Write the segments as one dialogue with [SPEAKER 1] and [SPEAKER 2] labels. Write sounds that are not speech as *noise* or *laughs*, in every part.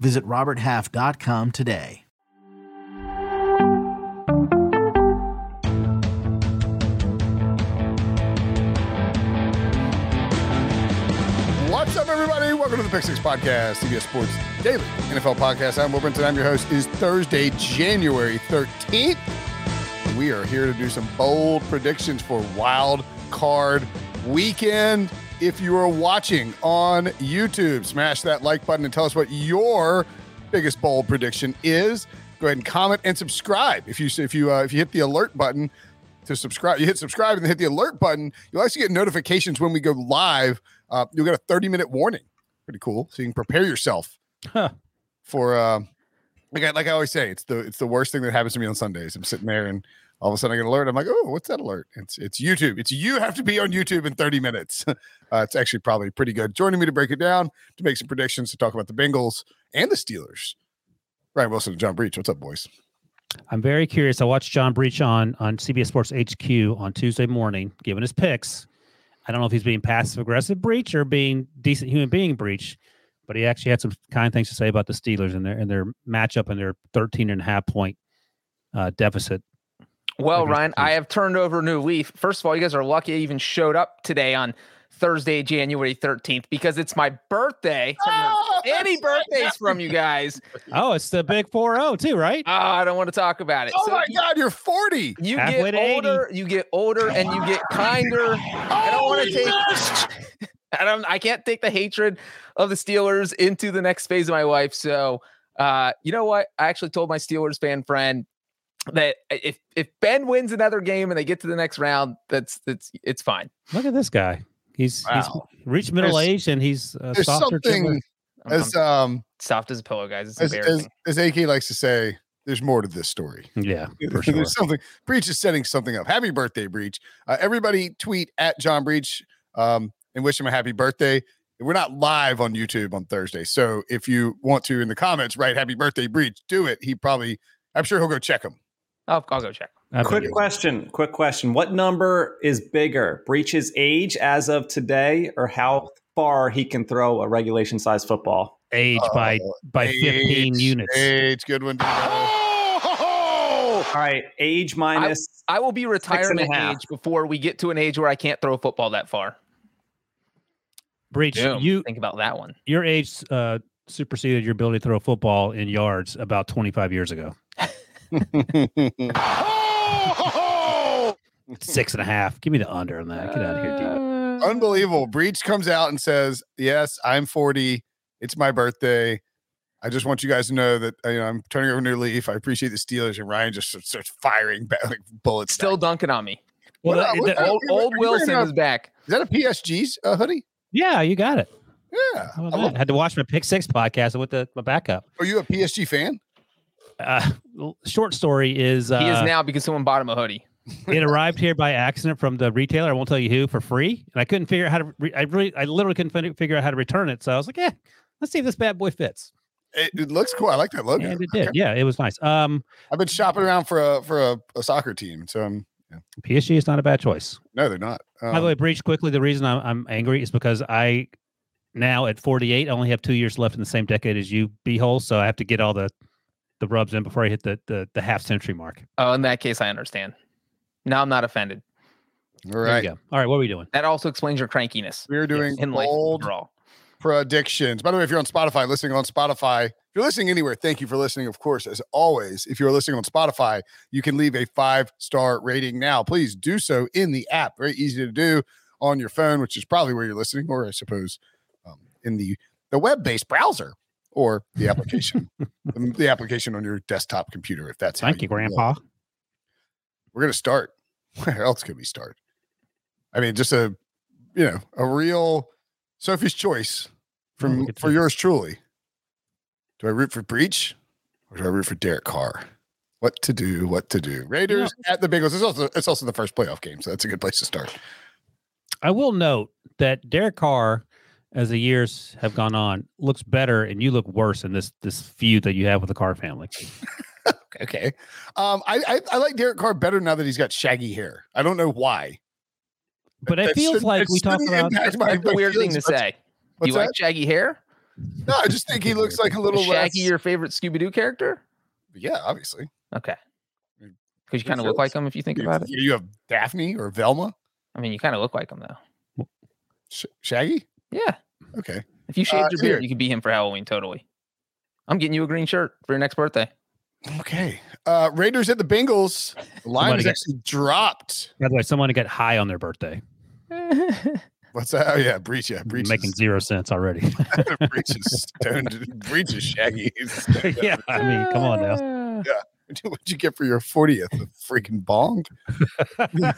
[SPEAKER 1] Visit RobertHalf.com today.
[SPEAKER 2] What's up, everybody? Welcome to the Pick Six Podcast, CBS Sports Daily NFL Podcast. I'm Will Brinson. I'm your host. It is Thursday, January 13th. We are here to do some bold predictions for Wild Card Weekend. If you are watching on YouTube, smash that like button and tell us what your biggest bold prediction is. Go ahead and comment and subscribe. If you if you uh, if you hit the alert button to subscribe, you hit subscribe and then hit the alert button. You'll actually get notifications when we go live. Uh, you'll get a 30 minute warning. Pretty cool. So you can prepare yourself for uh, like I, like I always say, it's the it's the worst thing that happens to me on Sundays. I'm sitting there and all of a sudden I get an alert. I'm like, oh, what's that alert? It's it's YouTube. It's you have to be on YouTube in 30 minutes. *laughs* uh, it's actually probably pretty good. Joining me to break it down, to make some predictions, to talk about the Bengals and the Steelers. Ryan Wilson and John Breach. What's up, boys?
[SPEAKER 3] I'm very curious. I watched John Breach on on CBS Sports HQ on Tuesday morning, giving his picks. I don't know if he's being passive aggressive Breach or being decent human being Breach, but he actually had some kind things to say about the Steelers and their and their matchup and their 13 and a half point uh, deficit.
[SPEAKER 4] Well,
[SPEAKER 3] Maybe it's
[SPEAKER 4] Ryan, I have turned over a new leaf. First of all, you guys are lucky I even showed up today on Thursday, January 13th, because it's my birthday. So I'm gonna-
[SPEAKER 2] *laughs* Oh,
[SPEAKER 4] Any birthdays from you guys?
[SPEAKER 3] Oh, it's the big 4-0 too, right?
[SPEAKER 4] Oh, I don't want to talk about it.
[SPEAKER 2] Oh
[SPEAKER 4] So
[SPEAKER 2] my
[SPEAKER 4] you-
[SPEAKER 2] God, you're 40.
[SPEAKER 4] You
[SPEAKER 3] Halfway
[SPEAKER 4] get
[SPEAKER 3] to 80.
[SPEAKER 4] older, you get older, and you get kinder. I don't want to take. I don't. I can't take the hatred of the Steelers into the next phase of my life. So, uh, you know what? I actually told my Steelers fan friend that if if Ben wins another game and they get to the next round, that's that's it's fine.
[SPEAKER 3] Look at this guy. He's
[SPEAKER 2] Wow.
[SPEAKER 3] he's reached middle
[SPEAKER 2] There's-
[SPEAKER 3] age and he's a
[SPEAKER 2] There's
[SPEAKER 3] softer
[SPEAKER 2] something
[SPEAKER 3] gentler-
[SPEAKER 4] I'm, I'm
[SPEAKER 2] as um
[SPEAKER 4] soft as a pillow, guys. It's
[SPEAKER 2] as, as
[SPEAKER 4] embarrassing.
[SPEAKER 2] as AK likes to say, there's more to this story.
[SPEAKER 3] Yeah,
[SPEAKER 2] *laughs*
[SPEAKER 3] for
[SPEAKER 2] There's
[SPEAKER 3] sure.
[SPEAKER 2] something. Breach is setting something up. Happy birthday, Breach! Uh, everybody, tweet at John Breach um, and wish him a happy birthday. We're not live on YouTube on Thursday, so if you want to in the comments, write "Happy Birthday, Breach." Do it. He probably, I'm sure he'll go check him.
[SPEAKER 4] I'll, I'll go check.
[SPEAKER 3] I bet
[SPEAKER 5] Quick
[SPEAKER 3] he-
[SPEAKER 5] question. Quick question. What number is bigger, Breach's age as of today, or how far he can throw a regulation size football?
[SPEAKER 3] age by
[SPEAKER 2] Oh,
[SPEAKER 3] by 15
[SPEAKER 2] Age,
[SPEAKER 3] units.
[SPEAKER 2] Age, good *laughs*
[SPEAKER 3] *laughs*
[SPEAKER 2] one. Oh, Debo.
[SPEAKER 5] All right, age minus.
[SPEAKER 4] I will be
[SPEAKER 5] and a
[SPEAKER 4] retirement
[SPEAKER 5] half.
[SPEAKER 4] age before we get to an age where I can't throw a football that far.
[SPEAKER 3] Breach,
[SPEAKER 4] Damn,
[SPEAKER 3] you
[SPEAKER 4] think about that one.
[SPEAKER 3] your age uh, superseded your ability to throw a football in yards about 25 years ago. Six and a half. Give me the under on that. Get out of here,
[SPEAKER 4] Uh,
[SPEAKER 3] dude.
[SPEAKER 2] Unbelievable. Breach comes out and says, Yes, I'm 40. It's my birthday. I just want you guys to know that uh, you know, I'm turning over a new leaf. I appreciate the Steelers. And Ryan just starts- starts firing back, like bullets.
[SPEAKER 4] Still
[SPEAKER 2] back.
[SPEAKER 4] dunking on me.
[SPEAKER 2] What
[SPEAKER 3] Well, uh,
[SPEAKER 2] up,
[SPEAKER 3] the-
[SPEAKER 2] what
[SPEAKER 3] the-
[SPEAKER 2] up?
[SPEAKER 4] Old,
[SPEAKER 2] you-
[SPEAKER 4] old
[SPEAKER 2] you bringing
[SPEAKER 4] Wilson
[SPEAKER 2] up-
[SPEAKER 4] is back.
[SPEAKER 2] Is that a PSG's uh, hoodie?
[SPEAKER 3] yeah, you got it.
[SPEAKER 2] Yeah.
[SPEAKER 3] How
[SPEAKER 2] I
[SPEAKER 3] about
[SPEAKER 2] love-
[SPEAKER 3] that? had to watch my pick six podcast with the, my backup.
[SPEAKER 2] Are you a PSG fan?
[SPEAKER 3] Uh, *laughs* l- short story is uh,
[SPEAKER 4] He is now because someone bought him a hoodie.
[SPEAKER 3] it arrived here by accident from the retailer. I won't tell you who for free, and I couldn't figure out how to. Re- I really, I literally couldn't fin- figure out how to return it. So I was like, yeah, let's see if this bad boy fits,
[SPEAKER 2] It, it looks cool. I like that logo.
[SPEAKER 3] and it did. Yeah, it was nice. Um,
[SPEAKER 2] I've been shopping around for a for a, a soccer team. So um,
[SPEAKER 3] PSG is not a bad choice.
[SPEAKER 2] no, they're not.
[SPEAKER 3] By the way,
[SPEAKER 2] Um,
[SPEAKER 3] Breach, quickly, the reason I'm, I'm angry is because I now at 48 I only have two years left in the same decade as you, B-hole. So I have to get all the the rubs in before I hit the the, the half century mark.
[SPEAKER 4] Oh, in that case, I understand. Now I'm not offended.
[SPEAKER 2] Um, all
[SPEAKER 3] There
[SPEAKER 2] right.
[SPEAKER 3] you go. All right, what are we doing?
[SPEAKER 4] That also explains your crankiness
[SPEAKER 2] We're doing
[SPEAKER 4] in life
[SPEAKER 2] bold
[SPEAKER 4] overall.
[SPEAKER 2] predictions. By the way, if you're on Spotify, listening on Spotify, if you're listening anywhere, thank you for listening. Of course, as always, if you're listening on Spotify, you can leave a five star rating now. Please do so in the app. Very easy to do on your phone, which is probably where you're listening, or I suppose um, in the the web based browser or
[SPEAKER 3] *laughs*
[SPEAKER 2] the application, the, the application on your desktop computer. If that's how
[SPEAKER 3] Thank you,
[SPEAKER 2] roll.
[SPEAKER 3] Grandpa.
[SPEAKER 2] We're gonna start. *laughs* Where else could we start? I mean, just a you know a real Sophie's choice
[SPEAKER 3] Oh,
[SPEAKER 2] from
[SPEAKER 3] look at
[SPEAKER 2] for
[SPEAKER 3] this.
[SPEAKER 2] yours truly. Do I root for Breach Or do I root for Derek Carr? What to do? What to do? Raiders at the Bengals. It's also it's also the first playoff game, so that's a good place to start.
[SPEAKER 3] I will note that Derek Carr, as the years have gone on, looks better, and you look worse in this this feud that you have with the Carr family.
[SPEAKER 2] Okay, um, I, I I like Derek Carr better now that he's got shaggy hair. I don't know why.
[SPEAKER 3] But it
[SPEAKER 2] That
[SPEAKER 3] feels
[SPEAKER 2] shouldn't-
[SPEAKER 3] like
[SPEAKER 2] that
[SPEAKER 3] we talk
[SPEAKER 2] shouldn't
[SPEAKER 3] about.
[SPEAKER 2] impact my-
[SPEAKER 4] That's a
[SPEAKER 2] my
[SPEAKER 4] weird thing
[SPEAKER 2] feelings
[SPEAKER 4] to
[SPEAKER 2] much.
[SPEAKER 4] say.
[SPEAKER 2] What's
[SPEAKER 4] you
[SPEAKER 2] that?
[SPEAKER 4] like shaggy hair?
[SPEAKER 2] No, I just think he looks like a
[SPEAKER 4] Is
[SPEAKER 2] little
[SPEAKER 4] shaggy
[SPEAKER 2] less.
[SPEAKER 4] your favorite Scooby Doo character?
[SPEAKER 2] Yeah, obviously.
[SPEAKER 4] Okay.
[SPEAKER 2] Yeah.
[SPEAKER 4] Because you kind of
[SPEAKER 2] Sure.
[SPEAKER 4] look like him if you think
[SPEAKER 2] You,
[SPEAKER 4] about it.
[SPEAKER 2] you have Daphne or Velma?
[SPEAKER 4] I mean, you kind of look like him though.
[SPEAKER 2] Sh- shaggy?
[SPEAKER 4] Yeah.
[SPEAKER 2] Okay.
[SPEAKER 4] If you shaved
[SPEAKER 2] Uh,
[SPEAKER 4] your beard,
[SPEAKER 2] here.
[SPEAKER 4] you could be him for Halloween totally. I'm getting you a green shirt for your next birthday.
[SPEAKER 2] Okay. Uh, Raiders at the Bengals. The line
[SPEAKER 3] Somebody
[SPEAKER 2] is
[SPEAKER 3] get-
[SPEAKER 2] actually dropped.
[SPEAKER 3] By the way, someone got high on their birthday,
[SPEAKER 2] What's that? Oh, yeah. Breach. Yeah. Breach.
[SPEAKER 3] making
[SPEAKER 2] is-
[SPEAKER 3] zero sense
[SPEAKER 2] *laughs*
[SPEAKER 3] already. *laughs*
[SPEAKER 2] breach is stoned. breach is shaggy. He's stoned.
[SPEAKER 3] yeah, I mean, come on now.
[SPEAKER 4] now.
[SPEAKER 2] *laughs* What'd you get for your 40th? A freaking
[SPEAKER 3] *laughs*
[SPEAKER 2] bong? *laughs*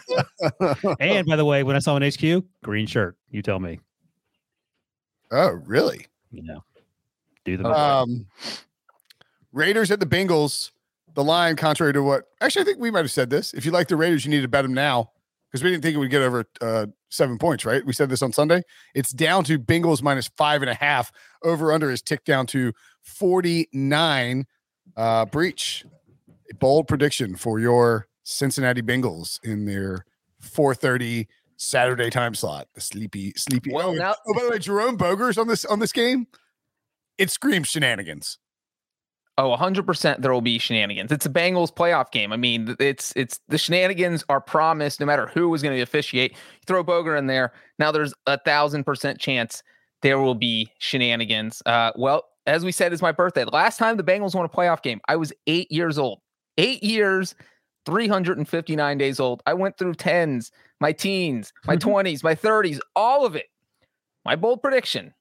[SPEAKER 3] And by the way, when I saw an HQ green shirt, you tell me,
[SPEAKER 2] Oh, really?
[SPEAKER 3] you know, do the
[SPEAKER 4] Oh,
[SPEAKER 3] math.
[SPEAKER 2] Um, Raiders at the Bengals. The line, contrary to what, actually, I think we might have said this. If you like the Raiders, you need to bet them now because we didn't think it would get over uh, seven points, right? We said this on Sunday. It's down to Bengals minus five and a half. Over under is ticked down to 49. Uh, breach, a bold prediction for your Cincinnati Bengals in their 430 Saturday time slot. The sleepy, sleepy.
[SPEAKER 4] Well,
[SPEAKER 2] oh,
[SPEAKER 4] now-
[SPEAKER 2] oh, by the way, Jerome Bogers on this on this game. It screams shenanigans.
[SPEAKER 4] *laughs* Oh, 100% there will be shenanigans. It's a Bengals playoff game. I mean, th- it's it's the shenanigans are promised no matter who is going to officiate. throw Boger in there. Now there's a 1000% chance there will be shenanigans. Uh, well, as we said, it's my birthday. The Last time the Bengals won a playoff game, I was 8 years old. 8 years, 359 days old. I went through tens, my teens,
[SPEAKER 3] *laughs*
[SPEAKER 4] my 20s, my 30s, all of it. My bold prediction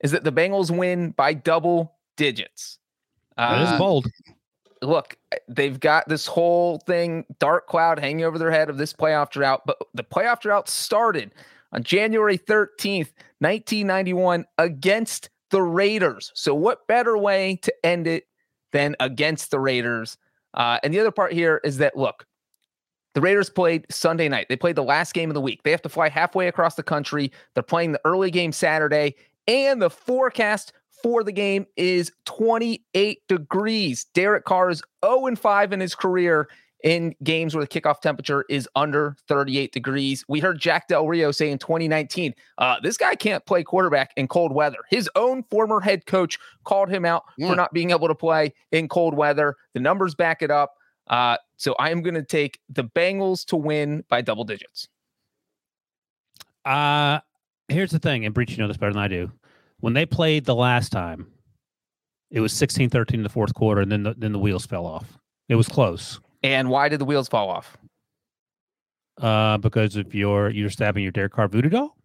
[SPEAKER 4] is that the Bengals win by double digits.
[SPEAKER 3] that is
[SPEAKER 4] Uh,
[SPEAKER 3] bold.
[SPEAKER 4] look, they've got this whole thing, dark cloud hanging over their head of this playoff drought. But the playoff drought started on January 13th, 1991, against the Raiders. So, what better way to end it than against the Raiders? Uh, and the other part here is that, look, the Raiders played Sunday night. They played the last game of the week. They have to fly halfway across the country. They're playing the early game Saturday, and the forecast for the game is 28 degrees. Derek Carr is 0 and 5 in his career in games where the kickoff temperature is under 38 degrees. We heard Jack Del Rio say in 2019, uh, this guy can't play quarterback in cold weather. His own former head coach called him out
[SPEAKER 2] Yeah.
[SPEAKER 4] for not being able to play in cold weather. The numbers back it up. Uh, so I am going to take the Bengals to win by double digits.
[SPEAKER 3] Uh here's the thing, and Breach, you know this better than I do. When they played the last time, it was 16-13 in the fourth quarter, and then the, then the wheels fell off. It was close
[SPEAKER 4] And why did the wheels fall off?
[SPEAKER 3] uh, because of your you're stabbing your Derek Carr voodoo doll.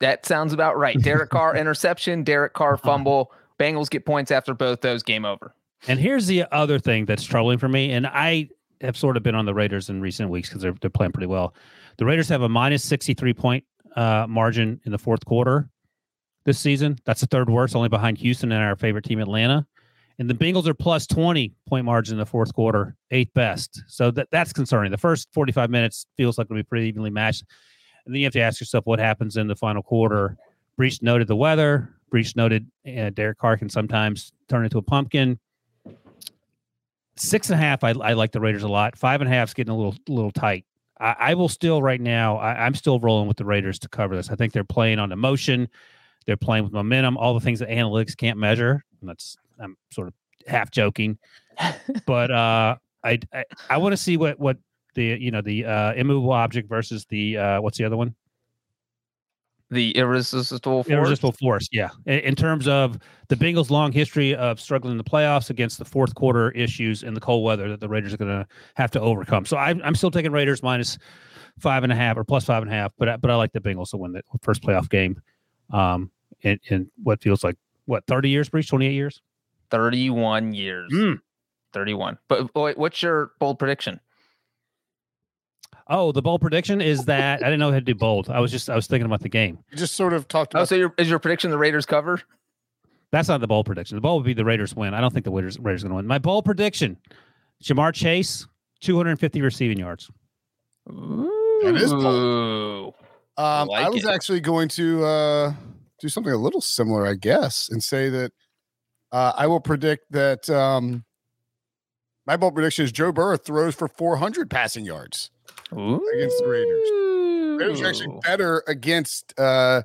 [SPEAKER 4] That sounds about right. Derek Carr interception, Derek Carr fumble. Bengals get points after both those. Game over.
[SPEAKER 3] And here's the other thing that's troubling for me, and I have sort of been on the Raiders in recent weeks because they're they're playing pretty well. The Raiders have a minus 63 point uh, margin in the fourth quarter this season. That's the third worst, only behind Houston and our favorite team Atlanta. And the Bengals are plus 20 point margin in the fourth quarter, eighth best. So that that's concerning. The first 45 minutes feels like it'll be pretty evenly matched. And then you have to ask yourself what happens in the final quarter. Breach noted the weather. Breach noted uh, Derek Carr can sometimes turn into a pumpkin six and a half I, I like the raiders a lot five and a half's getting a little little tight i, I will still right now I, i'm still rolling with the raiders to cover this i think they're playing on emotion they're playing with momentum all the things that analytics can't measure and that's i'm sort of half joking but uh i i, I want to see what what the you know the uh immovable object versus the uh what's the other one
[SPEAKER 4] The irresistible force.
[SPEAKER 3] Irresistible force, yeah. In, in terms of the Bengals' long history of struggling in the playoffs against the fourth quarter issues in the cold weather that the Raiders are going to have to overcome. So I'm, I'm still taking Raiders minus five and a half or plus five and a half, but I, but I like the Bengals to win the first playoff game um, in, in what feels like what 30 years, breach 28 years.
[SPEAKER 4] 31 years.
[SPEAKER 3] Mm.
[SPEAKER 4] 31. But wait, what's your bold prediction?
[SPEAKER 3] Oh, the bold prediction is that I didn't know how to do bold. I was just I was thinking about the game.
[SPEAKER 2] You just sort of talked
[SPEAKER 4] Oh,
[SPEAKER 2] about
[SPEAKER 4] so your, is your prediction the Raiders cover?
[SPEAKER 3] That's not the bowl prediction. The bowl would be the Raiders win. I don't think the Raiders Raiders going to win. My bowl prediction: Jamar Chase, 250 receiving yards.
[SPEAKER 2] That is
[SPEAKER 4] Ooh.
[SPEAKER 2] Um,
[SPEAKER 4] like
[SPEAKER 2] I was
[SPEAKER 4] it.
[SPEAKER 2] actually going to uh, do something a little similar, I guess, and say that uh, I will predict that um, my bold prediction is Joe Burrow throws for 400 passing yards. Against the Raiders. Raiders are actually
[SPEAKER 4] Ooh.
[SPEAKER 2] better against uh,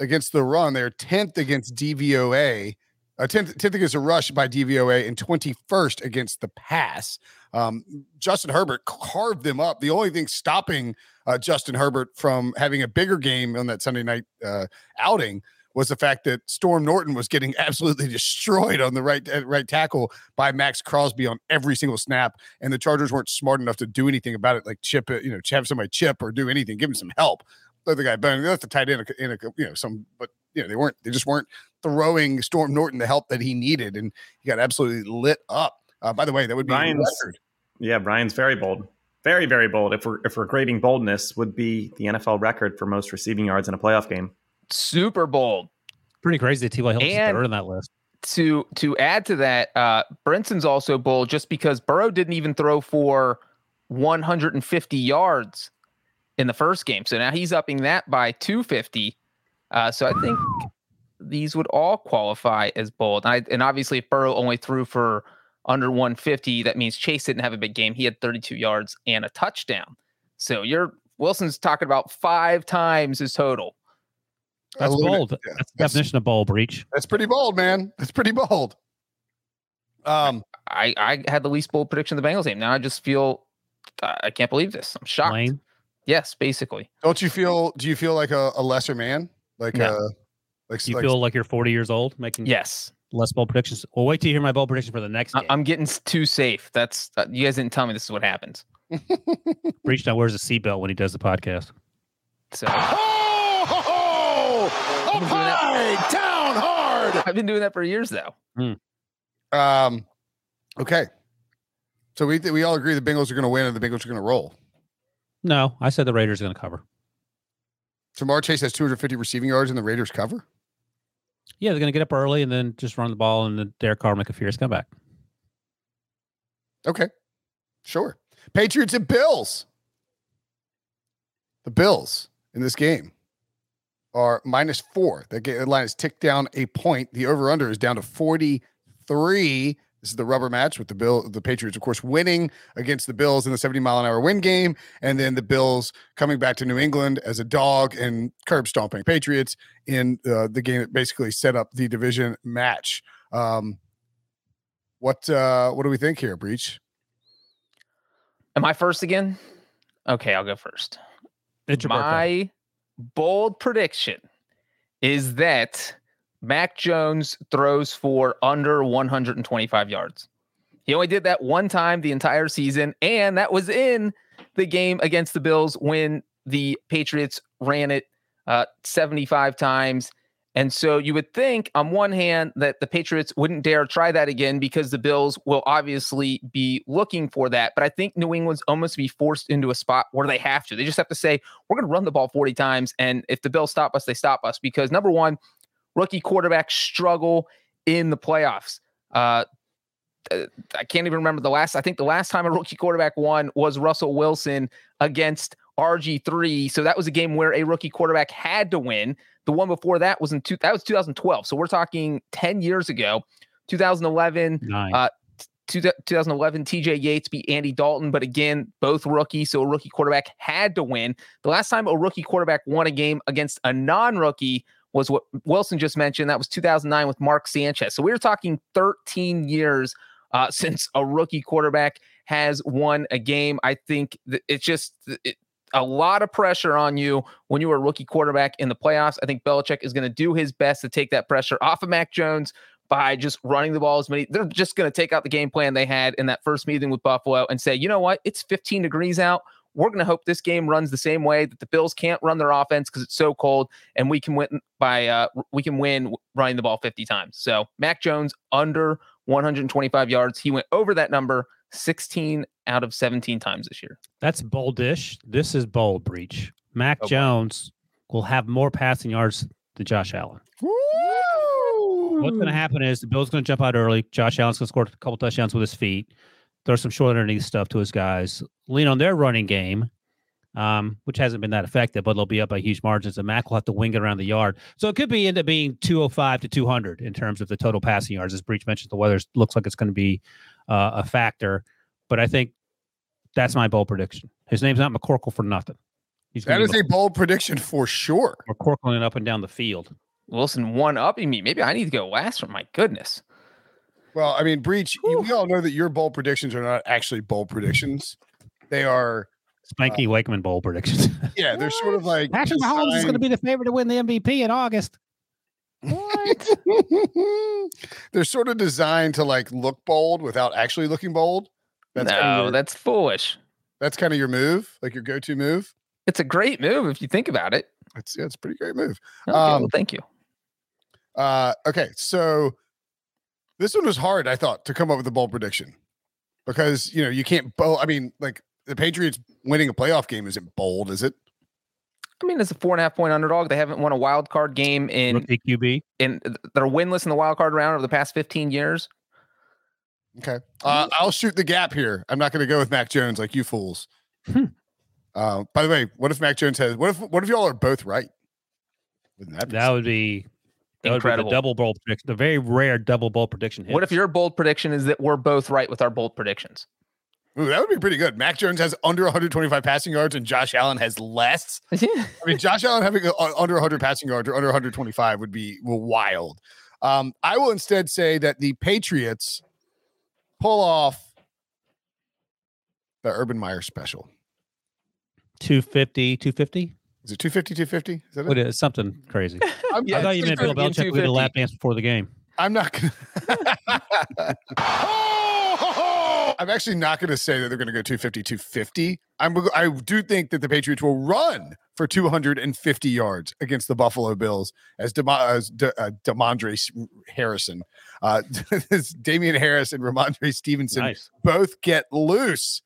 [SPEAKER 2] against the run. They're tenth against DVOA, uh, tenth tenth against a rush by DVOA, and twenty first against the pass. Um, Justin Herbert carved them up. The only thing stopping uh, Justin Herbert from having a bigger game on that Sunday night uh, outing was the fact that Storm Norton was getting *laughs* absolutely destroyed on the right at right tackle by Max Crosby on every single snap, and the Chargers weren't smart enough to do anything about it, like chip it, you know, have somebody chip or do anything, give him some help. Let the guy bone. Let the tight end, in a, you know, some, but you know, they weren't. They just weren't throwing Storm Norton the help that he needed, and he got absolutely lit up. Uh, by the way, that would be
[SPEAKER 5] Ryan's-
[SPEAKER 2] record.
[SPEAKER 5] Yeah, Brian's very bold. Very, very bold. If we're if we're grading boldness, would be the NFL record for most receiving yards in a playoff game.
[SPEAKER 4] Super Bowl.
[SPEAKER 3] Pretty crazy that T.Y. Hilton's
[SPEAKER 4] And-
[SPEAKER 3] third on that list.
[SPEAKER 4] To to add to that, uh, Brenton's also bold just because Burrow didn't even throw for 150 yards in the first game, so now he's upping that by 250. Uh, so I think these would all qualify as bold. And, I, and obviously, if Burrow only threw for under 150, that means Chase didn't have a big game. He had 32 yards and a touchdown. So you're Wilson's talking about five times his total.
[SPEAKER 2] I
[SPEAKER 3] That's
[SPEAKER 2] love it.
[SPEAKER 3] bold.
[SPEAKER 2] Yeah,
[SPEAKER 3] That's the
[SPEAKER 2] that's-
[SPEAKER 3] definition of bowl breach.
[SPEAKER 2] That's pretty bold, man. That's pretty bold. Um,
[SPEAKER 4] I, I had the least bold prediction of the Bengals game. Now I just feel I I can't believe this. I'm shocked.
[SPEAKER 3] Lane.
[SPEAKER 4] Yes, basically.
[SPEAKER 2] don't you feel? Do you feel like a, a lesser man? Like
[SPEAKER 4] No.
[SPEAKER 2] uh like
[SPEAKER 3] Do you
[SPEAKER 2] like
[SPEAKER 3] feel like you're 40 years old making
[SPEAKER 4] Yes,
[SPEAKER 3] less bowl predictions? Well, wait till you hear my bowl prediction for the next
[SPEAKER 4] I,
[SPEAKER 3] game.
[SPEAKER 4] am getting s- too safe. That's uh, you guys didn't tell me this is what happens.
[SPEAKER 3] breach now wears a seatbelt when he does the podcast.
[SPEAKER 4] So *laughs*
[SPEAKER 2] Oh, ho, ho! up
[SPEAKER 4] Isn't that-
[SPEAKER 2] high, down hard.
[SPEAKER 4] I've been doing that for years though.
[SPEAKER 2] Um, okay. So we we all agree the Bengals are going to win and the Bengals are going to roll.
[SPEAKER 3] No, I said the Raiders are going to cover.
[SPEAKER 2] Jamar Chase has 250 receiving yards and the Raiders cover.
[SPEAKER 3] Yeah, they're going to get up early and then just run the ball and then Derek Carr make a fierce comeback.
[SPEAKER 2] Okay, sure. Patriots and Bills. The Bills in this game are minus four. That ga- line is ticked down a point. The over under is down to 43. This is the rubber match with the Bill, the Patriots, of course, winning against the Bills in the 70 mile an hour win game, and then the Bills coming back to New England as a dog and curb stomping Patriots in uh, the game that basically set up the division match. Um, what uh, what do we think here, Breach?
[SPEAKER 4] Am I first again? Okay, I'll go first.
[SPEAKER 3] It's your birthday.
[SPEAKER 4] My bold prediction is that Mac Jones throws for under 125 yards. He only did that one time the entire season, and that was in the game against the Bills when the Patriots ran it uh, 75 times. And so you would think, on one hand, that the Patriots wouldn't dare try that again because the Bills will obviously be looking for that. But I think New England's almost be forced into a spot where they have to. They just have to say, we're going to run the ball 40 times. And if the Bills stop us, they stop us because number one, rookie quarterbacks struggle in the playoffs. Uh, uh, I can't even remember the last. I think the last time a rookie quarterback won was Russell Wilson against RG3. So that was a game where a rookie quarterback had to win. The one before that was in two, that was 2012. So we're talking 10 years ago, 2011
[SPEAKER 3] Nine.
[SPEAKER 4] uh, 2011 TJ Yates beat Andy Dalton, but again, both rookies. So a rookie quarterback had to win. The last time a rookie quarterback won a game against a non rookie was what Wilson just mentioned. That was 2009 with Mark Sanchez. So we were talking 13 years uh, *laughs* since a rookie quarterback has won a game. I think that it's just it, a lot of pressure on you when you were a rookie quarterback in the playoffs. I think Belichick is going to do his best to take that pressure off of Mac Jones by just running the ball as many. They're just going to take out the game plan they had in that first meeting with Buffalo and say, you know what? It's 15 degrees out. We're going to hope this game runs the same way that the Bills can't run their offense because it's so cold, and we can win by uh, we can win running the ball 50 times. So Mac Jones under 125 yards. He went over that number 16 out of 17 times this year.
[SPEAKER 3] That's boldish. This is bold breach. Mac
[SPEAKER 4] Oh, boy.
[SPEAKER 3] Jones will have more passing yards than Josh Allen.
[SPEAKER 2] Woo!
[SPEAKER 3] What's
[SPEAKER 4] Hmm.
[SPEAKER 3] going to happen is the Bills going to jump out early. Josh Allen's going to score a couple touchdowns with his feet, throw some short underneath stuff to his guys, lean on their running game, um, which hasn't been that effective, but they'll be up by huge margins. And Mack will have to wing it around the yard. So it could be end up being 205 to 200 in terms of the total passing yards. As Breach mentioned, the weather looks like it's going to be uh, a factor, but I think that's my bold prediction. His name's not McCorkle for nothing. He's
[SPEAKER 2] That
[SPEAKER 3] gonna
[SPEAKER 2] is
[SPEAKER 3] be
[SPEAKER 2] a bold prediction for sure.
[SPEAKER 3] McCorkling up and down the field.
[SPEAKER 4] Wilson one upping me. Maybe I need to go last. For my goodness,
[SPEAKER 2] Well, I mean, Breach, you- we all know that your bold predictions are not actually bold predictions. They are,
[SPEAKER 3] Spanky
[SPEAKER 2] Uh,
[SPEAKER 3] Wakeman bowl predictions. *laughs*
[SPEAKER 2] yeah, they're sort of like.
[SPEAKER 3] Patrick Mahomes is going to
[SPEAKER 2] designed-
[SPEAKER 3] be the favorite to win the MVP in August.
[SPEAKER 2] *laughs* they're sort of designed to like look bold without actually looking bold. That's kind of
[SPEAKER 4] no,
[SPEAKER 2] your,
[SPEAKER 4] that's foolish.
[SPEAKER 2] that's kind of your move, like your go-to move.
[SPEAKER 4] It's a great move if you think about it.
[SPEAKER 2] It's yeah, it's a pretty great move.
[SPEAKER 4] Okay,
[SPEAKER 2] Um,
[SPEAKER 4] well, thank you.
[SPEAKER 2] Uh, okay, so this one was hard, I thought, to come up with a bold prediction because you know you can't. Bo- I mean, like the Patriots winning a playoff game isn't bold, is it?
[SPEAKER 4] I mean, it's a four and a half point underdog. They haven't won a wild card game in
[SPEAKER 3] Rookie QB.
[SPEAKER 4] in they're winless in the wild card round over the past fifteen years.
[SPEAKER 2] Okay. Uh, I'll shoot the gap here. I'm not going to go with Mac Jones like you fools.
[SPEAKER 3] Hmm.
[SPEAKER 2] Uh, by the way, what if Mac Jones has? What if? What if y'all are both right? Wouldn't that be
[SPEAKER 3] That would be that
[SPEAKER 4] Incredible.
[SPEAKER 3] Would be the double bowl prediction. The very rare double bowl prediction.
[SPEAKER 4] What if
[SPEAKER 3] hits.
[SPEAKER 4] your bold prediction is that we're both right with our bold predictions?
[SPEAKER 3] *laughs*
[SPEAKER 2] Ooh, that would be pretty good. Mac Jones has under 125 passing yards, and Josh Allen has less. I mean, Josh Allen having uh, under 100 passing yards or under 125 would be wild. Um, I will instead say that the Patriots pull off the Urban Meyer special.
[SPEAKER 3] 250, 250?
[SPEAKER 2] Is it 250, 250? Is that
[SPEAKER 3] What
[SPEAKER 2] it?
[SPEAKER 3] is something crazy?
[SPEAKER 2] I'm,
[SPEAKER 4] *laughs* Yeah,
[SPEAKER 3] I thought you
[SPEAKER 4] it's
[SPEAKER 3] meant Bill
[SPEAKER 4] 250 and
[SPEAKER 3] Belichick. We did a
[SPEAKER 4] 250.
[SPEAKER 3] lap dance before the game.
[SPEAKER 2] I'm not gonna. *laughs* I'm actually not going to say that they're going to go 250, 250. I'm, I do think that the Patriots will run for 250 yards against the Buffalo Bills as, Dema as De- uh, Demondre S- Harrison, uh, *laughs* this Damian Harris and Ramondre Stevenson
[SPEAKER 3] Nice.
[SPEAKER 2] both get loose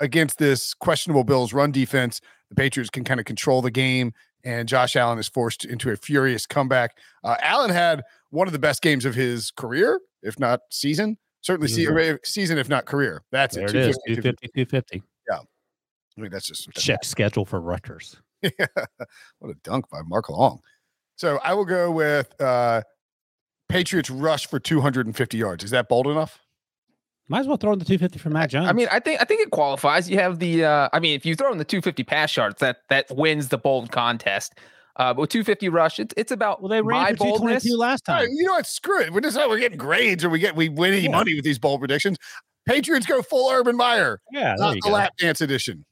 [SPEAKER 2] against this questionable Bills run defense. The Patriots can kind of control the game, and Josh Allen is forced into a furious comeback. Uh, Allen had one of the best games of his career, if not season. Certainly, se- eh, season if not career. That's
[SPEAKER 3] There
[SPEAKER 2] it.
[SPEAKER 3] it is.
[SPEAKER 2] 250.
[SPEAKER 3] 250, 250.
[SPEAKER 2] I mean, that's
[SPEAKER 3] *laughs*
[SPEAKER 2] just
[SPEAKER 3] Check schedule for Rutgers.
[SPEAKER 2] *laughs* what a dunk by Mark Long. So I will go with uh, Patriots rush for 250 yards. Is that bold enough?
[SPEAKER 3] Might as well throw in the 250 for Matt Jones.
[SPEAKER 4] I mean, I think I think it qualifies. You have the uh, I mean, if you throw in the 250 pass yards, that that wins the bold contest. Uh, but with 250 rush, it's it's about
[SPEAKER 3] well, they
[SPEAKER 4] my
[SPEAKER 3] ran for
[SPEAKER 4] boldness.
[SPEAKER 3] 222 last
[SPEAKER 2] All
[SPEAKER 3] time.
[SPEAKER 2] right, you know what? Screw it. We're just not, we're getting grades or we get we win any
[SPEAKER 3] Yeah.
[SPEAKER 2] money with these bold predictions. Patriots go full Urban Meyer,
[SPEAKER 3] Yeah, Ah, there
[SPEAKER 2] not
[SPEAKER 3] you
[SPEAKER 2] the
[SPEAKER 3] go.
[SPEAKER 2] lap dance edition.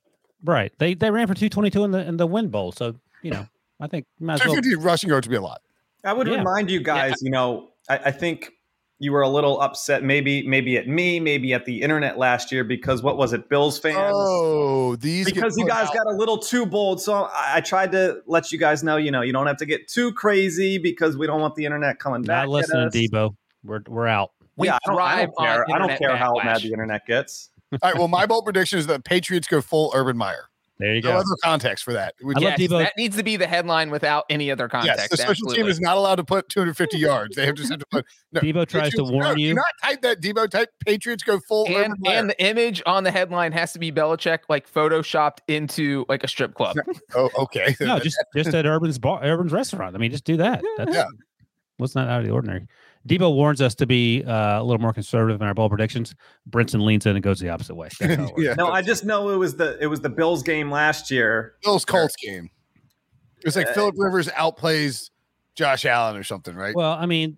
[SPEAKER 3] right. They they ran for 222 in the in the win bowl. So you know, I think you might as well.
[SPEAKER 2] 250 rushing yards would be a lot.
[SPEAKER 5] I would
[SPEAKER 3] Yeah.
[SPEAKER 5] remind you guys, you know, I, I think you were a little upset, maybe, maybe at me, maybe at the internet last year because what was it, Bills fans?
[SPEAKER 2] Oh, these get
[SPEAKER 5] because you
[SPEAKER 2] put
[SPEAKER 5] guys
[SPEAKER 2] out.
[SPEAKER 5] got a little too bold, so I, I tried to let you guys know, you know, you don't have to get too crazy because we don't want the internet coming back.
[SPEAKER 3] Not listening,
[SPEAKER 5] at us.
[SPEAKER 3] Debo. We're we're out.
[SPEAKER 4] We
[SPEAKER 5] yeah, I don't, I
[SPEAKER 4] thrive
[SPEAKER 5] don't care.
[SPEAKER 4] on
[SPEAKER 5] I don't
[SPEAKER 4] internet
[SPEAKER 5] care how mad
[SPEAKER 4] backlash.
[SPEAKER 5] the internet gets.
[SPEAKER 2] All right. Well, my bold prediction is that Patriots go full Urban Meyer.
[SPEAKER 3] There you
[SPEAKER 2] No
[SPEAKER 3] go.
[SPEAKER 2] other context for that. We
[SPEAKER 3] I love
[SPEAKER 4] Yes,
[SPEAKER 3] Debo.
[SPEAKER 4] That needs to be the headline without any other context.
[SPEAKER 2] Yes, the special team
[SPEAKER 4] absolutely.
[SPEAKER 2] is not allowed to put 250 yards. They have just have to put. No,
[SPEAKER 3] Debo *laughs* tries to
[SPEAKER 2] Patriots-
[SPEAKER 3] warn
[SPEAKER 2] no, do
[SPEAKER 3] you.
[SPEAKER 2] not type that, Debo. Type Patriots go full
[SPEAKER 4] and,
[SPEAKER 2] Urban Meyer.
[SPEAKER 4] and the image on the headline has to be Belichick like photoshopped into like a strip club.
[SPEAKER 2] oh, okay. *laughs*
[SPEAKER 3] no, just just at Urban's bar, Urban's restaurant. I mean, just do that. That's,
[SPEAKER 2] Yeah.
[SPEAKER 3] What's not out of the ordinary? Debo warns us to be uh, a little more conservative in our ball predictions. Brinson leans in and goes the opposite way.
[SPEAKER 2] *laughs*
[SPEAKER 3] That's how it works.
[SPEAKER 2] yeah.
[SPEAKER 5] No,
[SPEAKER 4] *laughs*
[SPEAKER 5] I just know it was the it was the Bills game last year.
[SPEAKER 2] Bills Colts game. It's like
[SPEAKER 5] Uh,
[SPEAKER 2] Philip Rivers outplays Josh Allen or something, right?
[SPEAKER 3] Well, I mean,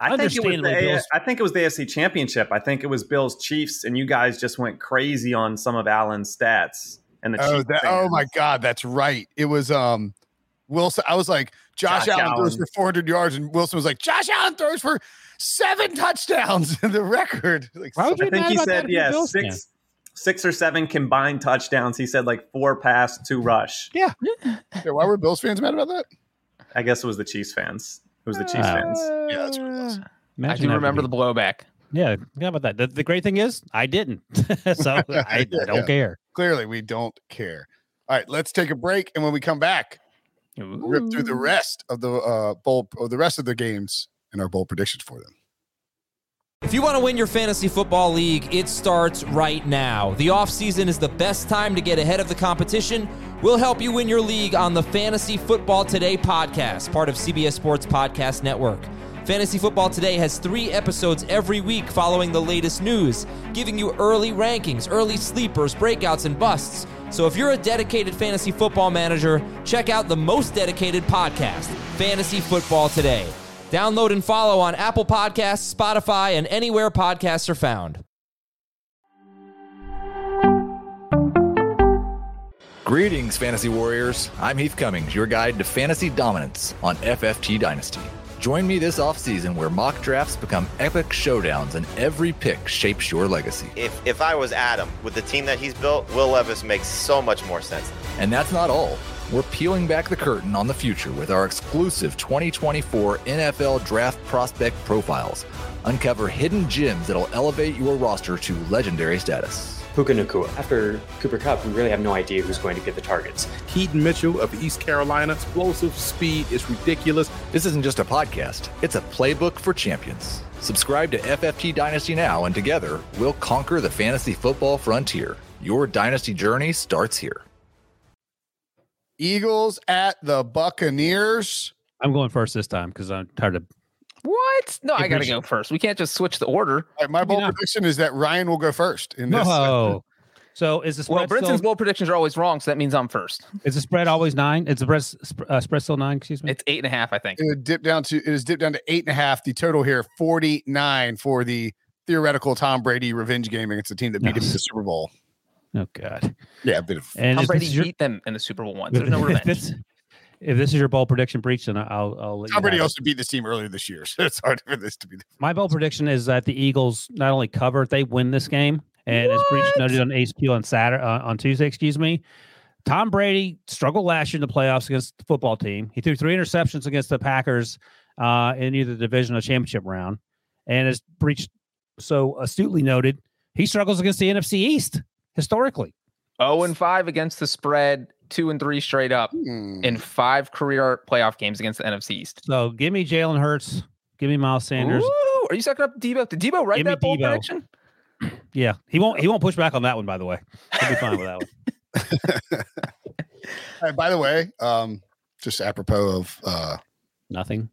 [SPEAKER 5] I think, it was
[SPEAKER 3] Understandably,
[SPEAKER 5] the,
[SPEAKER 3] Bills-
[SPEAKER 5] I think it was the AFC Championship. I think it was Bills Chiefs, and you guys just went crazy on some of Allen's stats and the
[SPEAKER 2] oh,
[SPEAKER 5] Chiefs.
[SPEAKER 2] that, oh
[SPEAKER 5] fans.
[SPEAKER 2] my God, that's right. It was um Wilson. I was like, Josh,
[SPEAKER 5] Josh
[SPEAKER 2] Allen, throws
[SPEAKER 5] Allen.
[SPEAKER 2] for 400 yards, and Wilson was like, Josh Allen throws for seven touchdowns *laughs* in the record. Like,
[SPEAKER 3] Why would
[SPEAKER 5] I
[SPEAKER 3] you-
[SPEAKER 5] think he
[SPEAKER 3] About that
[SPEAKER 5] said
[SPEAKER 3] if you're
[SPEAKER 5] yeah,
[SPEAKER 3] Bills fan.
[SPEAKER 5] six six or seven combined touchdowns. He said like four pass, two rush.
[SPEAKER 2] yeah, why were Bills fans mad about that?
[SPEAKER 5] I guess it was the Chiefs fans. It was the Chiefs
[SPEAKER 3] Uh,
[SPEAKER 5] fans.
[SPEAKER 2] Yeah, that's what it was.
[SPEAKER 4] I
[SPEAKER 3] imagine
[SPEAKER 4] do
[SPEAKER 3] that
[SPEAKER 4] remember the
[SPEAKER 3] would
[SPEAKER 4] blowback.
[SPEAKER 3] be- yeah. How about that? The, the great thing is, I didn't, *laughs* so I
[SPEAKER 2] *laughs* Yeah,
[SPEAKER 3] don't
[SPEAKER 2] yeah.
[SPEAKER 3] care.
[SPEAKER 2] Clearly, we don't care. All right, let's take a break, and when we come back, we'll rip through the rest of the uh bowl or the rest of the games and our bold predictions for them.
[SPEAKER 6] If you want to win your fantasy football league, it starts right now. The offseason is the best time to get ahead of the competition. We'll help you win your league on the Fantasy Football Today podcast, part of CBS Sports Podcast Network. Fantasy Football Today has three episodes every week following the latest news, giving you early rankings, early sleepers, breakouts, and busts. So if you're a dedicated fantasy football manager, check out the most dedicated podcast, Fantasy Football Today. Download and follow on Apple Podcasts, Spotify, and anywhere podcasts are found.
[SPEAKER 7] Greetings, Fantasy Warriors. I'm Heath Cummings, your guide to fantasy dominance on FFT Dynasty. Join me this offseason where mock drafts become epic showdowns and every pick shapes your legacy.
[SPEAKER 8] If if I was Adam with the team that he's built, Will Levis makes so much more sense.
[SPEAKER 7] And that's not all. We're peeling back the curtain on the future with our exclusive 2024 NFL Draft Prospect Profiles. Uncover hidden gems that'll elevate your roster to legendary status.
[SPEAKER 9] Puka Nakua. After Cooper Cup, we really have no idea who's going to get the targets.
[SPEAKER 10] Keaton Mitchell of East Carolina. Explosive speed is ridiculous.
[SPEAKER 7] This isn't just a podcast, it's a playbook for champions. Subscribe to FFT Dynasty now, and together we'll conquer the fantasy football frontier. Your dynasty journey starts here.
[SPEAKER 2] Eagles at the Buccaneers.
[SPEAKER 3] I'm going first this time because I'm
[SPEAKER 2] *laughs*
[SPEAKER 3] tired of.
[SPEAKER 4] What? No, I
[SPEAKER 3] If
[SPEAKER 4] gotta
[SPEAKER 3] we
[SPEAKER 4] go first. We can't just switch the order.
[SPEAKER 2] All right, my bold
[SPEAKER 3] know.
[SPEAKER 2] prediction is that Ryan will go first in this. uh,
[SPEAKER 3] No. So is the
[SPEAKER 4] Well,
[SPEAKER 3] spread
[SPEAKER 4] Brinson's
[SPEAKER 3] still,
[SPEAKER 4] bold predictions are always wrong, so that means I'm first.
[SPEAKER 3] is the spread always nine? Is the spread, sp- uh, spread still nine? Excuse me.
[SPEAKER 4] It's eight and a half, I think.
[SPEAKER 2] It would dip down to it is dipped down to eight and a half. The total here, 49 for the theoretical Tom Brady revenge game against the team that beat him in the
[SPEAKER 3] Yes.
[SPEAKER 2] Super Bowl.
[SPEAKER 3] oh God.
[SPEAKER 2] Yeah, a bit of
[SPEAKER 3] And
[SPEAKER 4] Tom
[SPEAKER 3] if this
[SPEAKER 4] Brady
[SPEAKER 3] is your-
[SPEAKER 4] beat them in the Super Bowl once. There's no
[SPEAKER 3] *laughs* if,
[SPEAKER 4] revenge.
[SPEAKER 3] this, if this is your bold prediction breach, then I'll I'll let you
[SPEAKER 2] Tom Brady
[SPEAKER 3] have it.
[SPEAKER 2] also beat this team earlier this year, *laughs* so it's hard for this to be.
[SPEAKER 3] My bold prediction is that the Eagles not only cover, they win this game. And as Breach noted on HQ on Saturday, uh, on Tuesday, excuse me, Tom Brady struggled last year in the playoffs against the football team. He threw three interceptions against the Packers uh, in either division or championship round. And as Breach so astutely noted, he struggles against the NFC East historically.
[SPEAKER 4] Oh and five against the spread, two and three straight up
[SPEAKER 2] Hmm.
[SPEAKER 4] in five career playoff games against the NFC East.
[SPEAKER 3] So give me Jalen Hurts, give me Miles Sanders.
[SPEAKER 4] Ooh, are you sucking up Debo? Did Debo write
[SPEAKER 3] Give me
[SPEAKER 4] that bold
[SPEAKER 3] Deebo.
[SPEAKER 4] prediction?
[SPEAKER 3] Yeah, he won't he won't push back on that one. By the way, he'll be fine with that one.
[SPEAKER 2] All right, by the way, um, just apropos of uh,
[SPEAKER 3] *laughs* Nothing.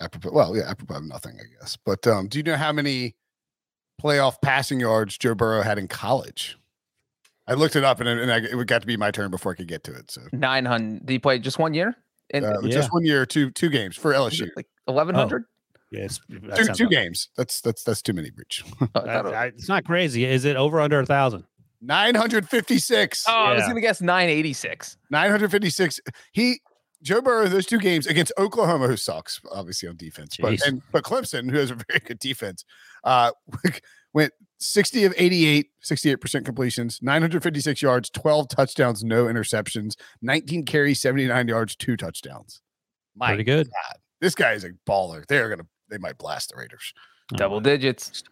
[SPEAKER 2] apropos, well, yeah, apropos of nothing, I guess. But um, do you know how many playoff passing yards Joe Burrow had in college? I looked it up, and, it- and I, it got to be my turn before I could get to it. So
[SPEAKER 4] Nine hundred. Did he play just one year? And
[SPEAKER 2] uh,
[SPEAKER 3] Yeah.
[SPEAKER 2] just one year, two two games for LSU,
[SPEAKER 4] like eleven hundred?
[SPEAKER 3] Yes, that
[SPEAKER 2] two,
[SPEAKER 3] sounds
[SPEAKER 2] two
[SPEAKER 3] about-
[SPEAKER 2] games. That's that's that's too many. Breach
[SPEAKER 4] Oh, I
[SPEAKER 3] That-
[SPEAKER 4] thought it-
[SPEAKER 3] I- it's not crazy. Is it over under a thousand?
[SPEAKER 2] nine hundred fifty six.
[SPEAKER 4] oh, I was
[SPEAKER 3] Yeah.
[SPEAKER 4] gonna guess nine eighty six.
[SPEAKER 2] 956. He Joe Burrow, those two games against Oklahoma, who sucks obviously on defense, but
[SPEAKER 3] Jeez.
[SPEAKER 2] and but Clemson, who has a very good defense, uh *laughs* went 60 of 88, 68% completions, 956 yards, 12 touchdowns, no interceptions, 19 carries, 79 yards, two touchdowns. My
[SPEAKER 3] Pretty good.
[SPEAKER 2] God. This guy is a baller. They're gonna they might blast the Raiders.
[SPEAKER 4] Double digits.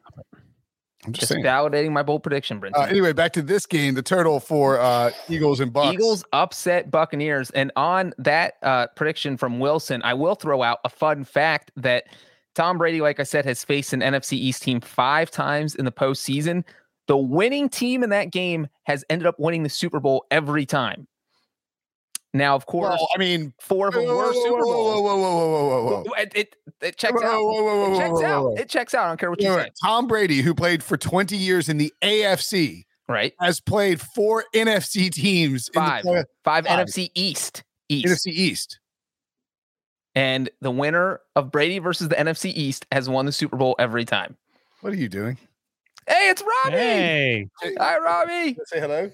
[SPEAKER 2] I'm just,
[SPEAKER 4] Just
[SPEAKER 2] saying.
[SPEAKER 4] validating my bold prediction, Brinson.
[SPEAKER 2] Uh, anyway, back to this game, the total for uh Eagles and Bucks.
[SPEAKER 4] Eagles upset Buccaneers. And on that uh, prediction from Wilson, I will throw out a fun fact that Tom Brady, like I said, has faced an NFC East team five times in the postseason. The winning team in that game has ended up winning the Super Bowl every time. Now, of course,
[SPEAKER 2] Well, I mean,
[SPEAKER 4] four of them
[SPEAKER 2] whoa,
[SPEAKER 4] were
[SPEAKER 2] whoa,
[SPEAKER 4] Super
[SPEAKER 2] whoa,
[SPEAKER 4] Bowls.
[SPEAKER 2] whoa, whoa, whoa, whoa, whoa, whoa.
[SPEAKER 4] It, it, it checks
[SPEAKER 2] Oh. Whoa,
[SPEAKER 4] out.
[SPEAKER 2] whoa, whoa, whoa,
[SPEAKER 4] It
[SPEAKER 2] whoa,
[SPEAKER 4] checks
[SPEAKER 2] whoa, whoa,
[SPEAKER 4] out.
[SPEAKER 2] whoa.
[SPEAKER 4] It checks out. I don't care what you
[SPEAKER 2] Wait,
[SPEAKER 4] say.
[SPEAKER 2] wait. Tom Brady, who played for 20 years in the AFC,
[SPEAKER 4] Right?
[SPEAKER 2] has played four NFC teams
[SPEAKER 4] Five.
[SPEAKER 2] in the play-
[SPEAKER 4] Five
[SPEAKER 2] Five.
[SPEAKER 4] NFC East. East.
[SPEAKER 2] NFC East.
[SPEAKER 4] And the winner of Brady versus the NFC East has won the Super Bowl every time.
[SPEAKER 2] What are you doing?
[SPEAKER 4] Hey, it's Robbie.
[SPEAKER 3] Hey,
[SPEAKER 4] Hi, Robbie.
[SPEAKER 2] Say hello.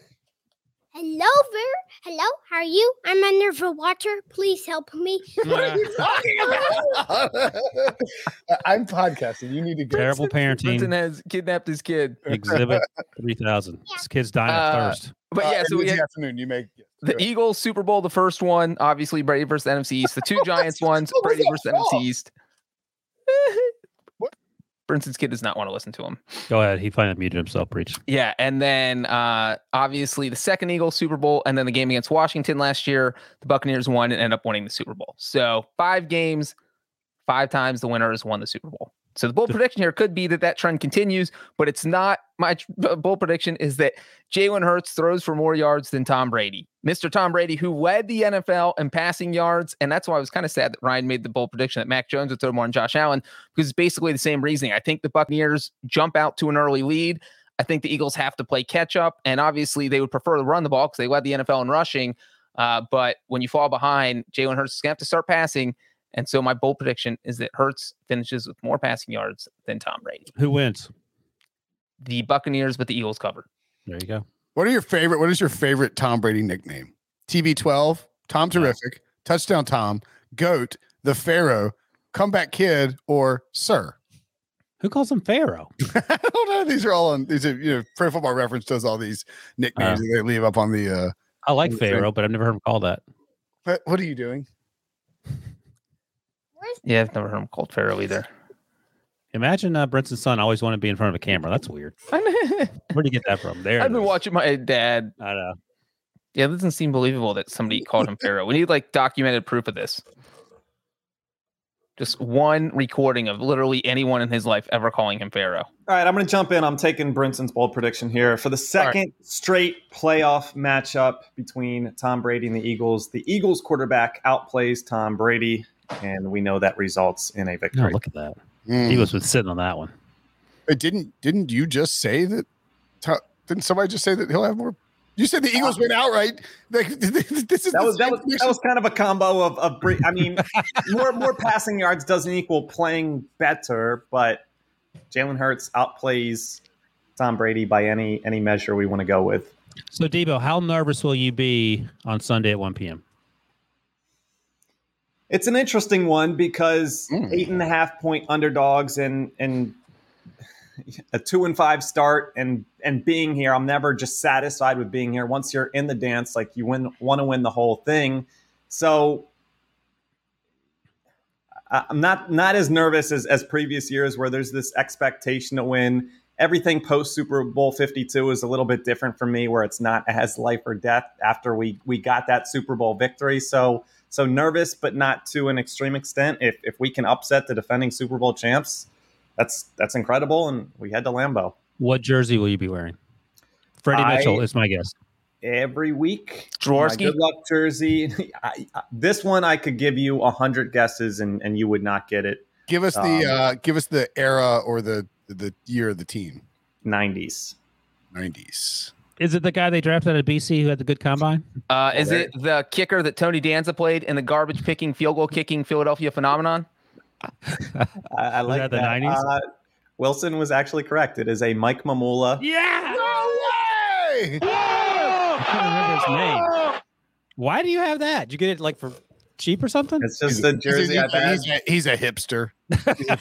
[SPEAKER 11] Hello, Ver. Hello, how are you? I'm under the water. Please help me.
[SPEAKER 2] What are you talking *laughs* about? I'm podcasting. You need to go.
[SPEAKER 3] terrible
[SPEAKER 4] Clinton *laughs*
[SPEAKER 3] parenting.
[SPEAKER 4] has kidnapped his kid.
[SPEAKER 3] Exhibit three thousand. This kid's dying of
[SPEAKER 4] Uh,
[SPEAKER 3] thirst.
[SPEAKER 4] But yeah,
[SPEAKER 2] Uh,
[SPEAKER 4] so we
[SPEAKER 2] this
[SPEAKER 4] had
[SPEAKER 2] afternoon you make
[SPEAKER 4] the Eagles Super Bowl, the first one, obviously Brady versus the NFC East. The two Giants
[SPEAKER 2] *laughs*
[SPEAKER 4] ones,
[SPEAKER 2] What was
[SPEAKER 4] Brady
[SPEAKER 2] that
[SPEAKER 4] versus the
[SPEAKER 2] from?
[SPEAKER 4] NFC East. *laughs*
[SPEAKER 2] What?
[SPEAKER 4] Brinson's kid does not want to listen to him.
[SPEAKER 3] Go ahead. He finally muted himself. Breach.
[SPEAKER 4] Yeah, and then uh, obviously the second Eagles Super Bowl, and then the game against Washington last year, the Buccaneers won and ended up winning the Super Bowl. So five games, five times the winner has won the Super Bowl. So the bold prediction here could be that that trend continues, but it's not. My tr- uh, bold prediction is that Jalen Hurts throws for more yards than Tom Brady, Mr. Tom Brady, who led the NFL in passing yards, and that's why I was kind of sad that Ryan made the bold prediction that Mac Jones would throw more than Josh Allen because it's basically the same reasoning. I think the Buccaneers jump out to an early lead. I think the Eagles have to play catch up, and obviously they would prefer to run the ball because they led the NFL in rushing. Uh, but when you fall behind, Jalen Hurts is going to have to start passing. And so my bold prediction is that Hertz finishes with more passing yards than Tom Brady.
[SPEAKER 3] Who wins?
[SPEAKER 4] The Buccaneers, but the Eagles cover.
[SPEAKER 3] There you go.
[SPEAKER 4] E
[SPEAKER 2] What are your favorite? What is your favorite Tom Brady nickname? TB12, Tom Terrific, Touchdown Tom, Goat, the Pharaoh, Comeback Kid, or Sir?
[SPEAKER 3] Who calls him Pharaoh?
[SPEAKER 2] *laughs* I don't know. These are all on these are you know Pro Football Reference does all these nicknames
[SPEAKER 3] Uh.
[SPEAKER 5] Uh-huh.
[SPEAKER 2] that they leave up on the. uh
[SPEAKER 3] I like
[SPEAKER 2] Yeah.
[SPEAKER 3] Pharaoh, but I've never heard him called that.
[SPEAKER 2] What, what are you doing?
[SPEAKER 4] Yeah, I've never heard him called Pharaoh either.
[SPEAKER 3] Imagine uh, Brinson's son always wanted to be in front of a camera. That's weird.
[SPEAKER 4] *laughs* I've
[SPEAKER 3] Where'd you get that from? There. it
[SPEAKER 4] been
[SPEAKER 3] is.
[SPEAKER 4] watching my dad.
[SPEAKER 3] I know.
[SPEAKER 4] Yeah, it doesn't seem believable that somebody called him Pharaoh. We need like documented proof of this. Just one recording of literally anyone in his life ever calling him Pharaoh.
[SPEAKER 5] All right, I'm going to jump in. I'm taking Brinson's bold prediction here for the second straight playoff matchup between Tom Brady and the Eagles. The Eagles quarterback outplays Tom Brady, and we know that results in a
[SPEAKER 3] No,
[SPEAKER 5] victory.
[SPEAKER 3] look at that.
[SPEAKER 2] Mm.
[SPEAKER 3] He was with sitting on that one.
[SPEAKER 2] It didn't didn't you just say that? To- didn't somebody just say that he'll have more? You said the Eagles win outright. *laughs* Like, this is the
[SPEAKER 5] Uh-huh. that was that
[SPEAKER 2] same
[SPEAKER 5] was, that
[SPEAKER 2] prediction.
[SPEAKER 5] was kind of a combo of, of Bra- I
[SPEAKER 3] *laughs*
[SPEAKER 5] mean, more more passing yards doesn't equal playing better, but Jalen Hurts outplays Tom Brady by any any measure we want to go with.
[SPEAKER 3] So, Debo, how nervous will you be on Sunday at 1 p.m.?
[SPEAKER 5] It's an interesting one because
[SPEAKER 2] Mm.
[SPEAKER 5] eight and a half point underdogs and and a two and five start and and being here, I'm never just satisfied with being here. Once you're in the dance, like you win, want to win the whole thing. So I- I'm not not as nervous as as previous years where there's this expectation to win. Everything post Super Bowl 52 is a little bit different for me, where it's not as life or death after we we got that Super Bowl victory. So so nervous, but not to an extreme extent. If if we can upset the defending Super Bowl champs, that's that's incredible. And we head to Lambeau
[SPEAKER 3] What jersey will you be wearing? Freddie
[SPEAKER 5] I-
[SPEAKER 3] Mitchell is my guess.
[SPEAKER 5] every week. My
[SPEAKER 4] Jaworski?
[SPEAKER 5] good luck jersey. *laughs* I, I, this one I could give you a hundred guesses and and you would not get it.
[SPEAKER 2] give us the
[SPEAKER 5] um,
[SPEAKER 2] uh give us the era or the the year of the team.
[SPEAKER 5] 90s.
[SPEAKER 2] 90s.
[SPEAKER 3] Is it the guy they drafted at BC who had the good combine?
[SPEAKER 4] Uh, is
[SPEAKER 5] there-
[SPEAKER 4] it the kicker that Tony Danza played in the garbage picking, field goal kicking Philadelphia phenomenon?
[SPEAKER 5] I, I like
[SPEAKER 3] that the 90s?
[SPEAKER 5] Uh, Wilson was actually correct. It is a Mike Mamula.
[SPEAKER 3] Yeah.
[SPEAKER 2] Hey!
[SPEAKER 3] I can't remember his name. Why do you have that? Did you get it like for cheap or something?
[SPEAKER 5] It's just a jersey I've had.
[SPEAKER 2] he's, a, he's a hipster.
[SPEAKER 5] *laughs*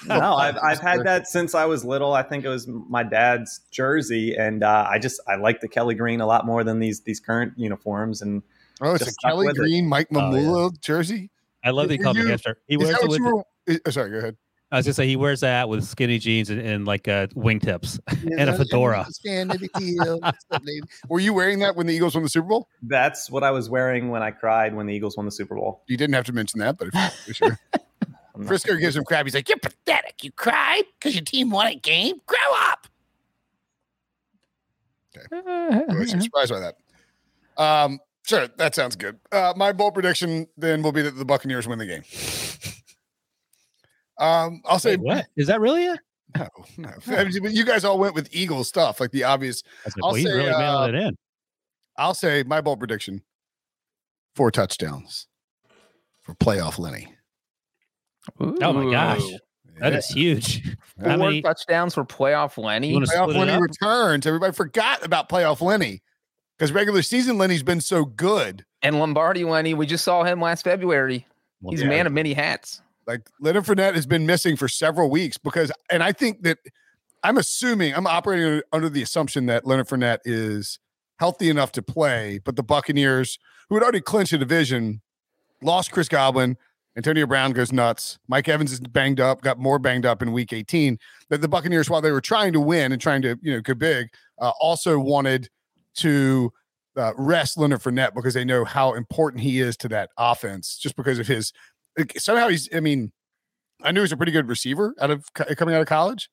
[SPEAKER 5] No, I've, I've had that since I was little. I think it was my dad's jersey, and uh, I just I like the Kelly green a lot more than these these current uniforms. And
[SPEAKER 2] Oh, it's
[SPEAKER 5] Just
[SPEAKER 2] a
[SPEAKER 5] stuck
[SPEAKER 2] Kelly
[SPEAKER 5] with it.
[SPEAKER 2] Green, Mike
[SPEAKER 3] Oh, yeah.
[SPEAKER 2] Mamula jersey.
[SPEAKER 3] I love that he
[SPEAKER 2] Were
[SPEAKER 3] called me
[SPEAKER 2] you-
[SPEAKER 3] hipster. He
[SPEAKER 2] Is
[SPEAKER 3] wears
[SPEAKER 2] that
[SPEAKER 3] it
[SPEAKER 2] what
[SPEAKER 3] with,
[SPEAKER 2] you were? is- oh, sorry, go ahead.
[SPEAKER 3] I was gonna say he wears that with skinny jeans and, and like uh, wingtips. And a fedora. *laughs*
[SPEAKER 2] were you wearing that when the Eagles won the Super Bowl?
[SPEAKER 5] that's what I was wearing when I cried when the Eagles won the Super Bowl.
[SPEAKER 2] You didn't have to mention that, but if
[SPEAKER 3] *laughs*
[SPEAKER 2] you- sure.
[SPEAKER 5] I'm not-
[SPEAKER 2] Frisco gives him crap. He's like, "You're pathetic. You cried because your team won a game. Grow up." Really surprised by that. Um, sure, that sounds good. Uh, my bold prediction then will be that the Buccaneers win the game. Um, I'll say
[SPEAKER 3] Wait, what is that really it?
[SPEAKER 2] no, no. *laughs* I mean, but you guys all went with Eagle stuff, like the obvious.
[SPEAKER 3] I was like,
[SPEAKER 2] I'll
[SPEAKER 3] well, he's
[SPEAKER 2] say,
[SPEAKER 3] really
[SPEAKER 2] uh,
[SPEAKER 3] mailing it in.
[SPEAKER 2] I'll say my bold prediction: four touchdowns for playoff Lenny.
[SPEAKER 3] Oh my gosh, that
[SPEAKER 2] Yeah.
[SPEAKER 3] is huge.
[SPEAKER 4] Four
[SPEAKER 3] How many?
[SPEAKER 4] touchdowns for playoff Lenny.
[SPEAKER 3] You wanna
[SPEAKER 2] playoff
[SPEAKER 3] split it
[SPEAKER 2] Lenny
[SPEAKER 3] up?
[SPEAKER 2] returns. Everybody forgot about playoff Lenny because regular season Lenny's been so good.
[SPEAKER 4] and Lombardi Lenny, we just saw him last February. He's a man of many hats.
[SPEAKER 2] Like Leonard Fournette has been missing for several weeks because, and I think that I'm assuming I'm operating under the assumption that Leonard Fournette is healthy enough to play, but the Buccaneers, who had already clinched a division, lost Chris Goblin. Antonio Brown goes nuts. Mike Evans is banged up, got more banged up in week 18. That the Buccaneers, while they were trying to win and trying to, you know, go big, uh, also wanted to uh, rest Leonard Fournette because they know how important he is to that offense, just because of his like, somehow he's. I mean, I knew he was a pretty good receiver out of co- coming out of college.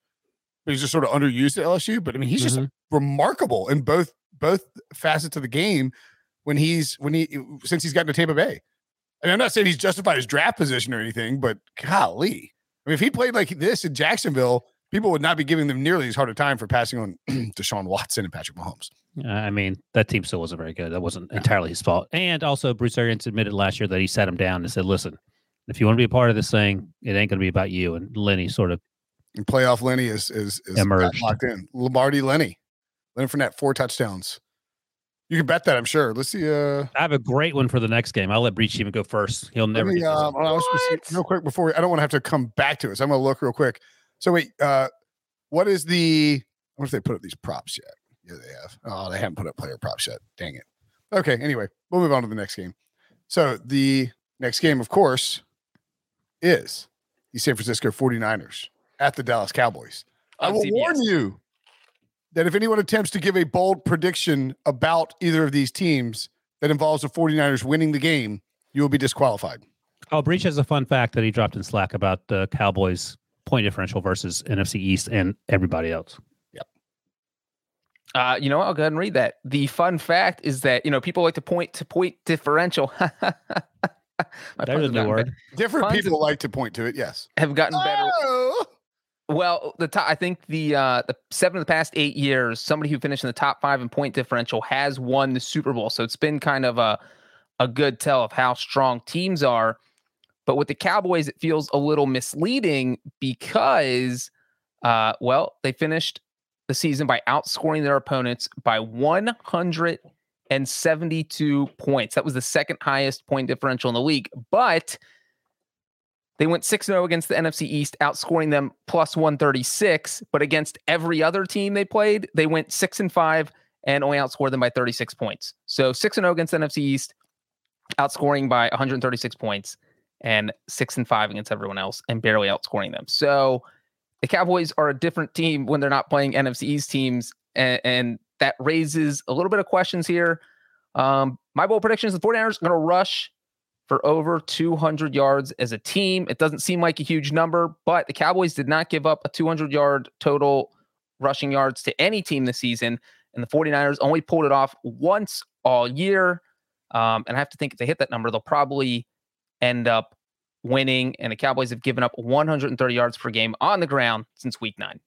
[SPEAKER 2] But he's just sort of underused at LSU. But I mean, he's just
[SPEAKER 3] Mhm.
[SPEAKER 2] remarkable in both both facets of the game when he's when he since he's gotten to Tampa Bay. And I'm not saying he's justified his draft position or anything, but golly, I mean, if he played like this in Jacksonville, people would not be giving them nearly as hard a time for passing on *clears throat* Deshaun Watson and Patrick Mahomes.
[SPEAKER 3] Uh, I mean, that team still wasn't very good. That wasn't entirely his fault. And also, Bruce Arians admitted last year that he sat him down and said, "Listen, if you want to be a part of this thing, it ain't going to be about you." And Lenny sort of
[SPEAKER 2] And playoff Lenny is is, is got
[SPEAKER 3] Emerged.
[SPEAKER 2] locked in. Lombardi Lenny, Leonard Fournette, four touchdowns. You can bet that, I'm sure. Let's see. Uh,
[SPEAKER 3] I have a great one for the next game. I'll let Breach even go first. He'll
[SPEAKER 2] Let
[SPEAKER 3] never.
[SPEAKER 2] me,
[SPEAKER 3] get this
[SPEAKER 2] um,
[SPEAKER 3] one.
[SPEAKER 2] I was just- real quick before we- I don't want to have to come back to it. So I'm going to look real quick. So wait, uh, what is the? I wonder if they put up these props yet. Yeah, they have. Oh, they haven't put up player props yet. Dang it. Okay. Anyway, we'll move on to the next game. So the next game, of course, is the San Francisco 49ers at the Dallas Cowboys. I
[SPEAKER 4] On
[SPEAKER 2] will
[SPEAKER 4] CBS.
[SPEAKER 2] warn you that if anyone attempts to give a bold prediction about either of these teams that involves the 49ers winning the game, you will be disqualified.
[SPEAKER 3] Oh, Breach has a fun fact that he dropped in Slack about the Cowboys point differential versus NFC East and everybody else.
[SPEAKER 4] Uh, you know, what? I'll go ahead and read that. The fun fact is that you know people like to point to point differential. *laughs* My puns
[SPEAKER 3] There's a
[SPEAKER 4] have
[SPEAKER 3] new
[SPEAKER 4] gotten
[SPEAKER 3] word.
[SPEAKER 4] bet-
[SPEAKER 2] Different
[SPEAKER 4] Tons of-
[SPEAKER 2] people like to point to it. Yes.
[SPEAKER 4] have gotten better.
[SPEAKER 2] Oh,
[SPEAKER 4] Well, the top, I think the uh, the seven of the past eight years, somebody who finished in the top five in point differential has won the Super Bowl. So it's been kind of a a good tell of how strong teams are. But with the Cowboys, it feels a little misleading because, uh, well, they finished the season by outscoring their opponents by 172 points. That was the second highest point differential in the league. But they went 6 0 against the NFC East, outscoring them plus 136. But against every other team they played, they went 6 and 5 and only outscored them by 36 points. So 6 and 0 against the NFC East, outscoring by 136 points, and 6 and 5 against everyone else and barely outscoring them. So the Cowboys are a different team when they're not playing NFC East teams. And, and that raises a little bit of questions here. Um, my bold prediction is the 49ers are going to rush for over 200 yards as a team. It doesn't seem like a huge number, but the Cowboys did not give up a 200 yard total rushing yards to any team this season. And the 49ers only pulled it off once all year. Um, and I have to think if they hit that number, they'll probably end up winning. And the Cowboys have given up 130 yards per game on the ground since week nine,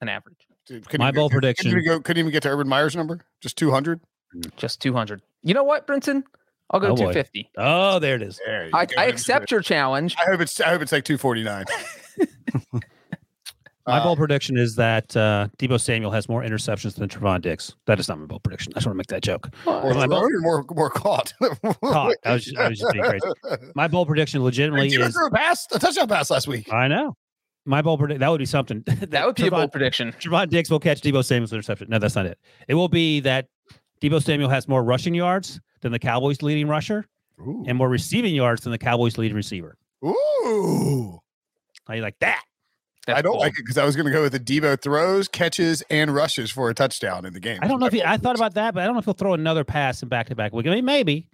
[SPEAKER 4] an average,
[SPEAKER 2] dude, couldn't
[SPEAKER 3] My
[SPEAKER 2] even-
[SPEAKER 3] bold
[SPEAKER 2] couldn't even
[SPEAKER 3] prediction-
[SPEAKER 2] go- couldn't even get to Urban Meyer's number. Just 200.
[SPEAKER 4] just 200. You know what, Brinson? I'll go
[SPEAKER 3] Oh, boy.
[SPEAKER 4] 250.
[SPEAKER 3] Oh, there it is.
[SPEAKER 2] There you
[SPEAKER 4] I,
[SPEAKER 2] go.
[SPEAKER 4] I accept your challenge.
[SPEAKER 2] I hope it's. I hope it's like 249.
[SPEAKER 3] *laughs* My
[SPEAKER 2] Uh,
[SPEAKER 3] bold prediction is that uh, Debo Samuel has more interceptions than Trevon Dix. That is not my bold prediction. I just want to make that joke.
[SPEAKER 2] More,
[SPEAKER 3] my bold-
[SPEAKER 2] thrown or Uh, more, more caught. *laughs*
[SPEAKER 4] *laughs*
[SPEAKER 3] Caught. I was just, I was just being crazy. My bold prediction legitimately
[SPEAKER 2] Did you
[SPEAKER 3] is
[SPEAKER 2] throw a pass? A touchdown pass last week.
[SPEAKER 3] I know. My bold prediction that would be something. *laughs*
[SPEAKER 4] That would be a
[SPEAKER 3] Trevon-
[SPEAKER 4] bold prediction.
[SPEAKER 3] Javon Diggs will catch Debo Samuel's interception. No, that's not it. It will be that Debo Samuel has more rushing yards than the Cowboys' leading rusher
[SPEAKER 2] Ooh.
[SPEAKER 3] and more receiving yards than the Cowboys' leading receiver.
[SPEAKER 2] Ooh.
[SPEAKER 3] How you like that?
[SPEAKER 4] That's
[SPEAKER 2] I don't
[SPEAKER 4] bold.
[SPEAKER 2] like it because I was going to go with the Debo throws, catches, and rushes for a touchdown in the game.
[SPEAKER 3] I don't know if he, I thought about that, but I don't know if he'll throw another pass in back to back week. I mean, maybe.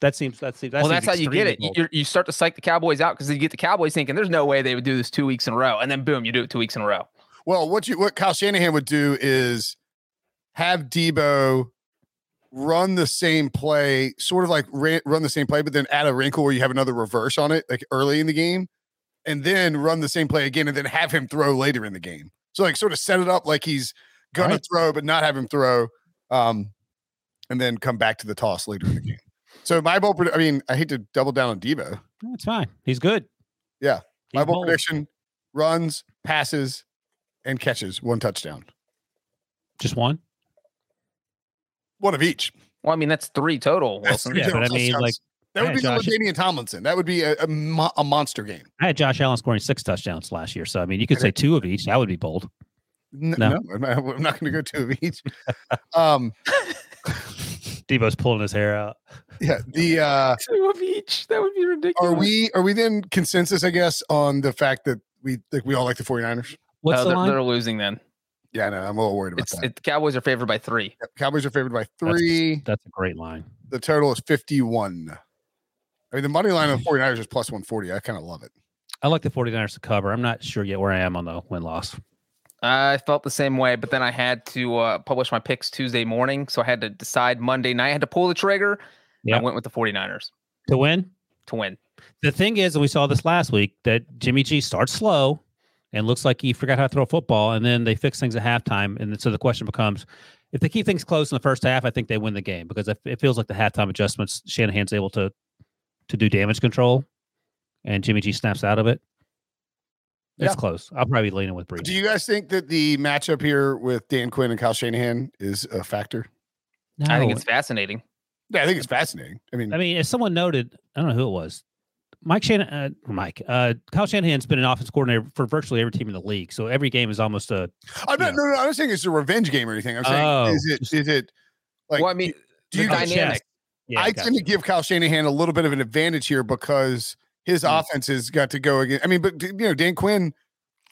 [SPEAKER 3] That seems that seems. That
[SPEAKER 4] well,
[SPEAKER 3] seems
[SPEAKER 4] that's how you get
[SPEAKER 3] extremely
[SPEAKER 4] it. You,
[SPEAKER 3] bold.
[SPEAKER 4] you're- you start to psych the Cowboys out because you get the Cowboys thinking there's no way they would do this two weeks in a row, and then boom, you do it two weeks in a row.
[SPEAKER 2] Well, what you what Kyle Shanahan would do is have Debo run the same play, sort of like ran, run the same play, but then add a wrinkle where you have another reverse on it, like early in the game, and then run the same play again, and then have him throw later in the game. So like sort of set it up like he's gonna
[SPEAKER 3] Right.
[SPEAKER 2] throw, but not have him throw, um, and then come back to the toss later in the game. So my bold, pred- I mean, I hate to double down on Debo.
[SPEAKER 3] That's fine. He's good.
[SPEAKER 2] Yeah.
[SPEAKER 3] He's
[SPEAKER 2] My bold
[SPEAKER 3] bold.
[SPEAKER 2] prediction: runs, passes, and catches one touchdown,
[SPEAKER 3] Just one.
[SPEAKER 2] one of each. *laughs*
[SPEAKER 4] Well, I mean that's three total.
[SPEAKER 2] That's
[SPEAKER 4] Wilson.
[SPEAKER 2] three
[SPEAKER 3] Yeah, but I
[SPEAKER 2] total
[SPEAKER 3] mean,
[SPEAKER 2] touchdowns.
[SPEAKER 3] like,
[SPEAKER 2] that would
[SPEAKER 3] yeah,
[SPEAKER 2] be
[SPEAKER 3] Josh-
[SPEAKER 2] the Damian Tomlinson. That would be a, a, mo- a monster game.
[SPEAKER 3] I had Josh Allen scoring six touchdowns last year, so I mean, you could
[SPEAKER 2] Okay.
[SPEAKER 3] say two of each. That would be bold.
[SPEAKER 2] N-
[SPEAKER 3] No.
[SPEAKER 2] No, *laughs* I'm not, I'm not going to go two of
[SPEAKER 3] *laughs*
[SPEAKER 2] each. um,
[SPEAKER 3] Debo's pulling his hair out.
[SPEAKER 2] yeah, the uh,
[SPEAKER 4] Two of each. That would be ridiculous.
[SPEAKER 2] are we are we then consensus? I guess on the fact that we think we all like the 49ers.
[SPEAKER 3] What's
[SPEAKER 4] Oh,
[SPEAKER 3] the
[SPEAKER 4] they're,
[SPEAKER 3] line?
[SPEAKER 4] they're losing then.
[SPEAKER 2] Yeah, no, I'm a little worried about
[SPEAKER 4] It's
[SPEAKER 2] that.
[SPEAKER 4] it, the Cowboys are favored by three.
[SPEAKER 2] Yep, Cowboys are favored by
[SPEAKER 3] That's-
[SPEAKER 2] three.
[SPEAKER 3] That's a great line.
[SPEAKER 2] the
[SPEAKER 3] Mm-hmm.
[SPEAKER 2] total is 51. I mean, the money line on the 49ers is plus 140. I kind of love it.
[SPEAKER 3] I like the 49ers to cover. I'm not sure yet where I am on the win loss.
[SPEAKER 4] I felt the same way, but then I had to uh, publish my picks Tuesday morning. So I had to decide Monday night. I had to pull the trigger. and I
[SPEAKER 3] Yep.
[SPEAKER 4] went with the 49ers
[SPEAKER 3] To win?
[SPEAKER 4] to win.
[SPEAKER 3] The thing is, and we saw this last week, that Jimmy G starts slow and looks like he forgot how to throw a football, and then they fix things at halftime. And so the question becomes if they keep things close in the first half, I think they win the game because it- it feels like the halftime adjustments, Shanahan's able to to do damage control, and Jimmy G snaps out of it.
[SPEAKER 2] Yeah.
[SPEAKER 3] It's close. I'll probably be leaning with Brees.
[SPEAKER 2] Do you guys think that the matchup here with Dan Quinn and Kyle Shanahan is a factor?
[SPEAKER 4] I think
[SPEAKER 3] No.
[SPEAKER 4] it's fascinating.
[SPEAKER 2] Yeah, I think it's fascinating. I mean,
[SPEAKER 3] I mean, as someone noted, I don't know who it was. Mike Shanahan, uh, Mike, uh, Kyle Shanahan's been an offense coordinator for virtually every team in the league. So every game is almost a
[SPEAKER 2] I'm not, no, no, I'm not saying it's a revenge game or anything. I'm saying,
[SPEAKER 3] Oh,
[SPEAKER 2] is it, is it like,
[SPEAKER 4] well, I mean,
[SPEAKER 2] do
[SPEAKER 4] the
[SPEAKER 2] you guys-
[SPEAKER 4] dynamic.
[SPEAKER 3] Yeah,
[SPEAKER 2] I
[SPEAKER 3] gotcha.
[SPEAKER 2] tend to give Kyle Shanahan a little bit of an advantage here because
[SPEAKER 3] Hmm.
[SPEAKER 2] his offense has got to go again. I mean, but you know, Dan Quinn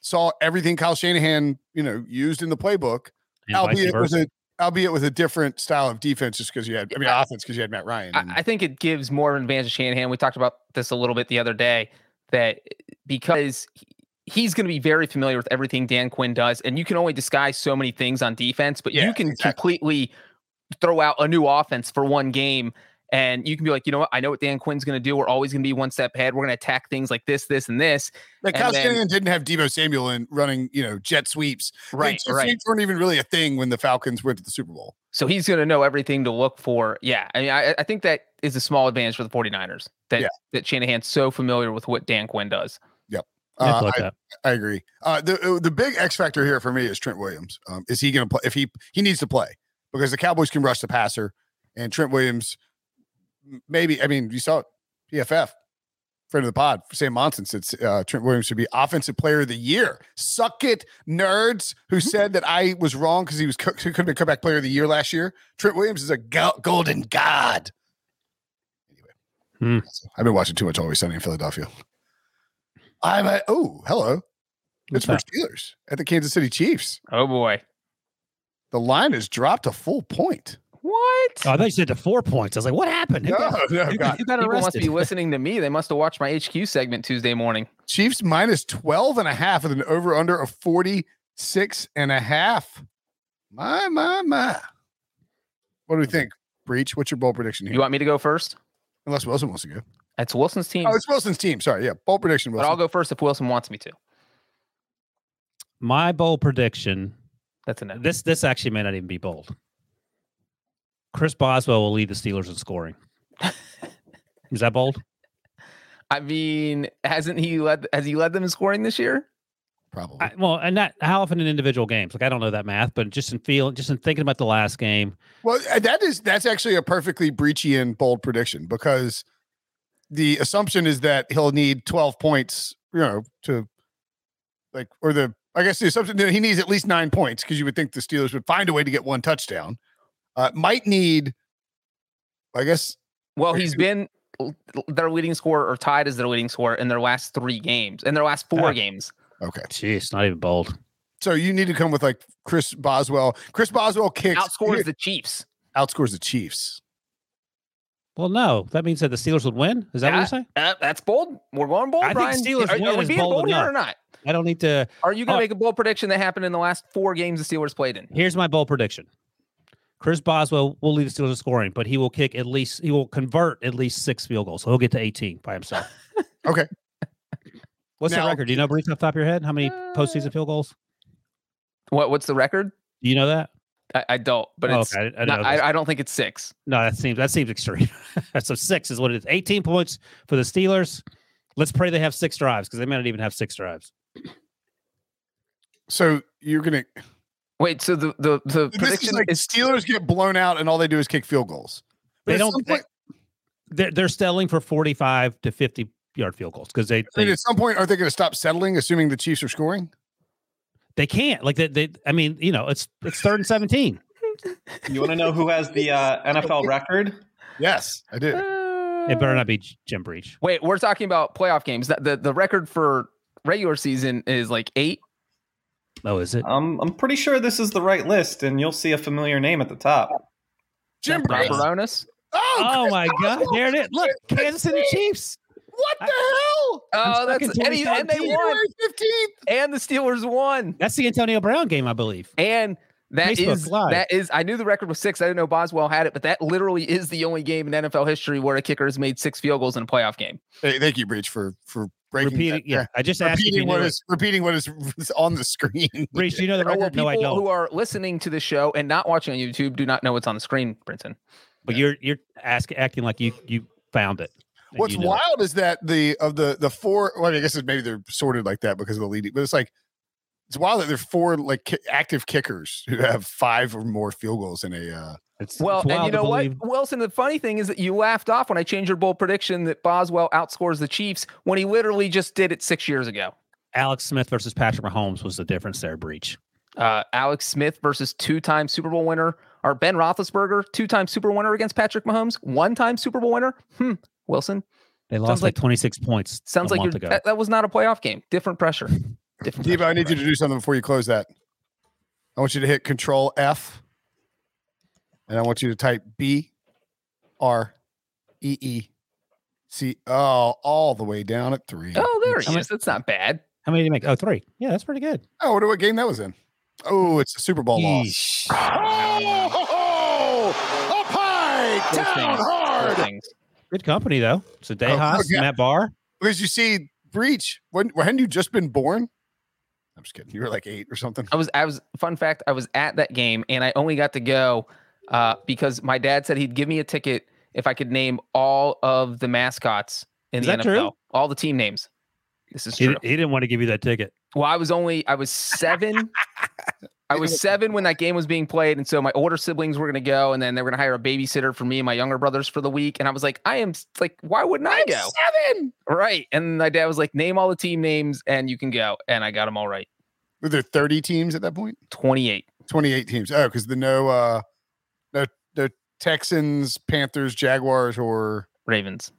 [SPEAKER 2] saw everything Kyle Shanahan, you know, used in the playbook,
[SPEAKER 3] and vice
[SPEAKER 2] albeit with
[SPEAKER 3] versa.
[SPEAKER 2] a albeit with a different style of defense, just because you had, I mean,
[SPEAKER 4] I-
[SPEAKER 2] offense because you had Matt Ryan.
[SPEAKER 4] I,
[SPEAKER 2] and-
[SPEAKER 4] I think it gives more of an advantage to Shanahan. We talked about this a little bit the other day that because he- he's going to be very familiar with everything Dan Quinn does, and you can only disguise so many things on defense, but
[SPEAKER 2] Yeah,
[SPEAKER 4] you can
[SPEAKER 2] exactly.
[SPEAKER 4] completely throw out a new offense for one game. And you can be like, you know what? I know what Dan Quinn's going to do. We're always going to be one step ahead. We're going to attack things like this, this, and this.
[SPEAKER 2] like
[SPEAKER 4] and
[SPEAKER 2] Kyle
[SPEAKER 4] then-
[SPEAKER 2] Shanahan didn't have Debo Samuel in running, you know, jet sweeps. Like,
[SPEAKER 4] Right,
[SPEAKER 2] jet
[SPEAKER 4] right.
[SPEAKER 2] Sweeps weren't even really a thing when the Falcons went to the Super Bowl.
[SPEAKER 4] So he's going to know everything to look for. Yeah. I mean, I, I think that is a small advantage for the 49ers that,
[SPEAKER 2] Yeah.
[SPEAKER 4] that Shanahan's so familiar with what Dan Quinn does.
[SPEAKER 3] Yeah, I
[SPEAKER 2] Uh,
[SPEAKER 3] feel like
[SPEAKER 2] I-
[SPEAKER 3] that.
[SPEAKER 2] I agree. Uh, the uh, the big X factor here for me is Trent Williams. Um, is he going to play? If he he needs to play because the Cowboys can rush the passer, and Trent Williams, m- maybe I mean you saw it, PFF friend of the pod Sam Monson said uh, Trent Williams should be offensive player of the year. Suck it, nerds who said that I was wrong because he was co- couldn't be comeback player of the year last year. Trent Williams is a go- golden god. Anyway,
[SPEAKER 3] Hmm.
[SPEAKER 2] I've been watching too much Always Sunny in Philadelphia. I'm a oh hello.
[SPEAKER 3] What's
[SPEAKER 2] Pittsburgh Steelers at the Kansas City Chiefs.
[SPEAKER 4] Oh, boy.
[SPEAKER 2] The line has dropped a full point.
[SPEAKER 4] What?
[SPEAKER 3] Oh, I thought you said the four points. I was like, what happened? Who got-
[SPEAKER 2] no,
[SPEAKER 3] who
[SPEAKER 2] God.
[SPEAKER 3] got, who got
[SPEAKER 4] People must
[SPEAKER 3] arrested? *laughs*
[SPEAKER 4] be listening to me. They must have watched my HQ segment Tuesday morning.
[SPEAKER 2] Chiefs minus 12 and a half with an over under of 46 and a half. My, my, my. What do we think? Breach, what's your bold prediction here?
[SPEAKER 4] You want me to go first?
[SPEAKER 2] Unless Wilson wants to go.
[SPEAKER 4] It's Wilson's team,
[SPEAKER 2] Oh, it's Wilson's team. Sorry. Yeah. Bold prediction,
[SPEAKER 4] but I'll
[SPEAKER 2] Wilson.
[SPEAKER 4] go first if Wilson wants me to.
[SPEAKER 3] My bold prediction
[SPEAKER 4] That's enough.
[SPEAKER 3] this this actually may not even be bold. Chris Boswell will lead the Steelers in *laughs* scoring. Is that bold?
[SPEAKER 4] I mean, hasn't he led? Has he led them in scoring this year?
[SPEAKER 2] Probably.
[SPEAKER 3] I, well, and not how often in individual games. Like I don't know that math, but just in feel, just in thinking about the last game,
[SPEAKER 2] Well, uh, that is that's actually a perfectly breachian bold prediction because the assumption is that he'll need 12 points, you know, to like or the I guess the assumption that he needs at least nine points because you would think the Steelers would find a way to get one touchdown. Uh, might need, I guess,
[SPEAKER 4] Well,
[SPEAKER 2] Or
[SPEAKER 4] he's
[SPEAKER 2] two.
[SPEAKER 4] been l- l- their leading scorer or tied as their leading scorer in their last three games, in their last four
[SPEAKER 3] Yeah.
[SPEAKER 4] games.
[SPEAKER 2] okay.
[SPEAKER 3] jeez, not even bold.
[SPEAKER 2] So you need to come with like Chris Boswell. Chris Boswell kicks
[SPEAKER 4] Outscores the Chiefs.
[SPEAKER 2] outscores the Chiefs.
[SPEAKER 3] Well, no, that means that the Steelers would win. Is that what
[SPEAKER 4] Yeah.
[SPEAKER 3] you're saying?
[SPEAKER 4] Uh, that's bold. We're going bold,
[SPEAKER 3] I think
[SPEAKER 4] Brian.
[SPEAKER 3] Steelers
[SPEAKER 4] are,
[SPEAKER 3] win
[SPEAKER 4] are we
[SPEAKER 3] is
[SPEAKER 4] being
[SPEAKER 3] bold
[SPEAKER 4] bold here
[SPEAKER 3] enough.
[SPEAKER 4] or not?
[SPEAKER 3] I don't need to.
[SPEAKER 4] Are you going to
[SPEAKER 3] Oh.
[SPEAKER 4] make a bold prediction that happened in the last four games the Steelers played in?
[SPEAKER 3] Here's my bold prediction: Chris Boswell will lead the Steelers in scoring, but he will kick at least he will convert at least six field goals, so he'll get to 18 by himself.
[SPEAKER 2] Okay.
[SPEAKER 3] What's
[SPEAKER 2] Now-
[SPEAKER 3] the record? Do you know, Brees, off the top of your head, how many postseason field goals?
[SPEAKER 4] What What's the record?
[SPEAKER 3] Do you know that?
[SPEAKER 4] I, I don't, but
[SPEAKER 3] Oh,
[SPEAKER 4] it's.
[SPEAKER 3] okay. I, I
[SPEAKER 4] not-
[SPEAKER 3] know this.
[SPEAKER 4] I, I don't think it's six.
[SPEAKER 3] No, that seems that seems extreme. *laughs* so six is what it is. 18 points for the Steelers. Let's pray they have six drives because they may not even have six drives.
[SPEAKER 2] So you're gonna
[SPEAKER 4] Wait, so the the, the
[SPEAKER 2] this is
[SPEAKER 4] prediction
[SPEAKER 2] like
[SPEAKER 4] is
[SPEAKER 2] Steelers get blown out and all they do is kick field goals.
[SPEAKER 3] They
[SPEAKER 2] at
[SPEAKER 3] don't-
[SPEAKER 2] some
[SPEAKER 3] they- They're they're selling for 45 to 50 yard field goals because they
[SPEAKER 2] I mean,
[SPEAKER 3] they,
[SPEAKER 2] at some point, are they going to stop settling, assuming the Chiefs are scoring?
[SPEAKER 3] they can't like they, they I mean you know it's it's third and 17.
[SPEAKER 5] You want to know who has the uh, NFL record?
[SPEAKER 2] Yes, I do.
[SPEAKER 3] It better not be J- Jim Breach.
[SPEAKER 4] Wait, we're talking about playoff games. The, the the record for regular season is like eight.
[SPEAKER 3] Oh, is it?
[SPEAKER 5] Um, I'm pretty sure this is the right list, and you'll see a familiar name at the top.
[SPEAKER 2] Jim
[SPEAKER 4] Rob
[SPEAKER 2] Brees.
[SPEAKER 4] Baronis.
[SPEAKER 2] Oh,
[SPEAKER 3] Oh
[SPEAKER 2] Chris
[SPEAKER 3] my God!
[SPEAKER 2] Boswell.
[SPEAKER 3] There it is. Look, Kansas City Chiefs.
[SPEAKER 2] What the hell?
[SPEAKER 4] Oh, that's and, he- and they won.
[SPEAKER 2] January 15th.
[SPEAKER 4] And the Steelers won.
[SPEAKER 3] That's the Antonio Brown game, I believe.
[SPEAKER 4] And that is
[SPEAKER 3] Facebook Live.
[SPEAKER 4] that is I knew the record was six. I didn't know Boswell had it, but that literally is the only game in NFL history where a kicker has made six field goals in a playoff game.
[SPEAKER 2] Hey, thank you, Breach, for for breaking
[SPEAKER 3] Repeating,
[SPEAKER 2] that-
[SPEAKER 3] yeah. I just asked if you
[SPEAKER 2] Repeating
[SPEAKER 3] knew
[SPEAKER 2] what
[SPEAKER 3] it.
[SPEAKER 2] is repeating what is *laughs* is on the screen.
[SPEAKER 3] Breach, do you know the
[SPEAKER 4] There were
[SPEAKER 3] record? No, I
[SPEAKER 4] people
[SPEAKER 3] don't.
[SPEAKER 4] who are listening to the show and not watching on YouTube do not know what's on the screen, Brinson.
[SPEAKER 3] but you're you're ask, acting like you you found it. and
[SPEAKER 2] What's
[SPEAKER 3] you knew it.
[SPEAKER 2] wild is that the of the the four. Well, I, mean, I guess it, maybe they're sorted like that because of the leading, but it's like it's wild that there are four like ki- active kickers who have five or more field goals in a. Uh,
[SPEAKER 3] It's,
[SPEAKER 4] Well,
[SPEAKER 3] it's
[SPEAKER 4] and
[SPEAKER 3] wild
[SPEAKER 4] you
[SPEAKER 3] to
[SPEAKER 4] know what,
[SPEAKER 3] believe.
[SPEAKER 4] Wilson? The funny thing is that you laughed off when I changed your bold prediction that Boswell outscores the Chiefs when he literally just did it six years ago.
[SPEAKER 3] Alex Smith versus Patrick Mahomes was the difference there. Breach.
[SPEAKER 4] Uh, Alex Smith versus two-time Super Bowl winner, or Ben Roethlisberger, two-time Super Bowl winner against Patrick Mahomes, one-time Super Bowl winner. Hmm. Wilson
[SPEAKER 3] They
[SPEAKER 4] Sounds
[SPEAKER 3] lost like,
[SPEAKER 4] like-
[SPEAKER 3] 26 points.
[SPEAKER 4] sounds
[SPEAKER 3] a
[SPEAKER 4] like
[SPEAKER 3] month
[SPEAKER 4] you're,
[SPEAKER 3] ago.
[SPEAKER 4] that, that was not a playoff game.
[SPEAKER 3] *laughs*
[SPEAKER 4] Different pressure. Different.
[SPEAKER 2] Debo, I need you to do something before you close that. I want you to hit Control F, and I want you to type B, R, E E, C. Oh, all the way down at three.
[SPEAKER 4] Oh, there
[SPEAKER 3] I
[SPEAKER 4] he
[SPEAKER 3] mean-
[SPEAKER 4] is. That's not bad.
[SPEAKER 3] How many did you make? Oh, three. Yeah, that's pretty good.
[SPEAKER 2] Oh, I wonder what game that was in. Oh, it's the Super Bowl loss.
[SPEAKER 3] Yeesh.
[SPEAKER 2] Oh, ho, ho! up high,
[SPEAKER 4] Those things, those things.
[SPEAKER 3] Good company though. So Day
[SPEAKER 2] Oh,
[SPEAKER 3] Haas,
[SPEAKER 2] yeah.
[SPEAKER 3] Matt Barr.
[SPEAKER 2] Because you see, Breach, when, hadn't you just been born? I'm just kidding. You were like eight or something.
[SPEAKER 4] I was I was fun fact, I was at that game and I only got to go uh, because my dad said he'd give me a ticket if I could name all of the mascots in
[SPEAKER 3] Is
[SPEAKER 4] the
[SPEAKER 3] that
[SPEAKER 4] NFL.
[SPEAKER 3] true?
[SPEAKER 4] All the team names. This is
[SPEAKER 3] He,
[SPEAKER 4] true.
[SPEAKER 3] he didn't want to give you that ticket.
[SPEAKER 4] Well, I was only I
[SPEAKER 3] *laughs*
[SPEAKER 4] was seven. I was seven when that game was being played, and so my older siblings were gonna go, and then they were gonna hire a babysitter for me and my younger brothers for the week. And I was like, I am s- like, why wouldn't I go? Seven, right? And my dad was like, name all the team names, and you can go. And I got them all right.
[SPEAKER 2] Were there 30 teams at that point?
[SPEAKER 4] Twenty-eight.
[SPEAKER 2] 28 teams. Oh, because the no, uh, no, no Texans, Panthers, Jaguars, or
[SPEAKER 4] Ravens.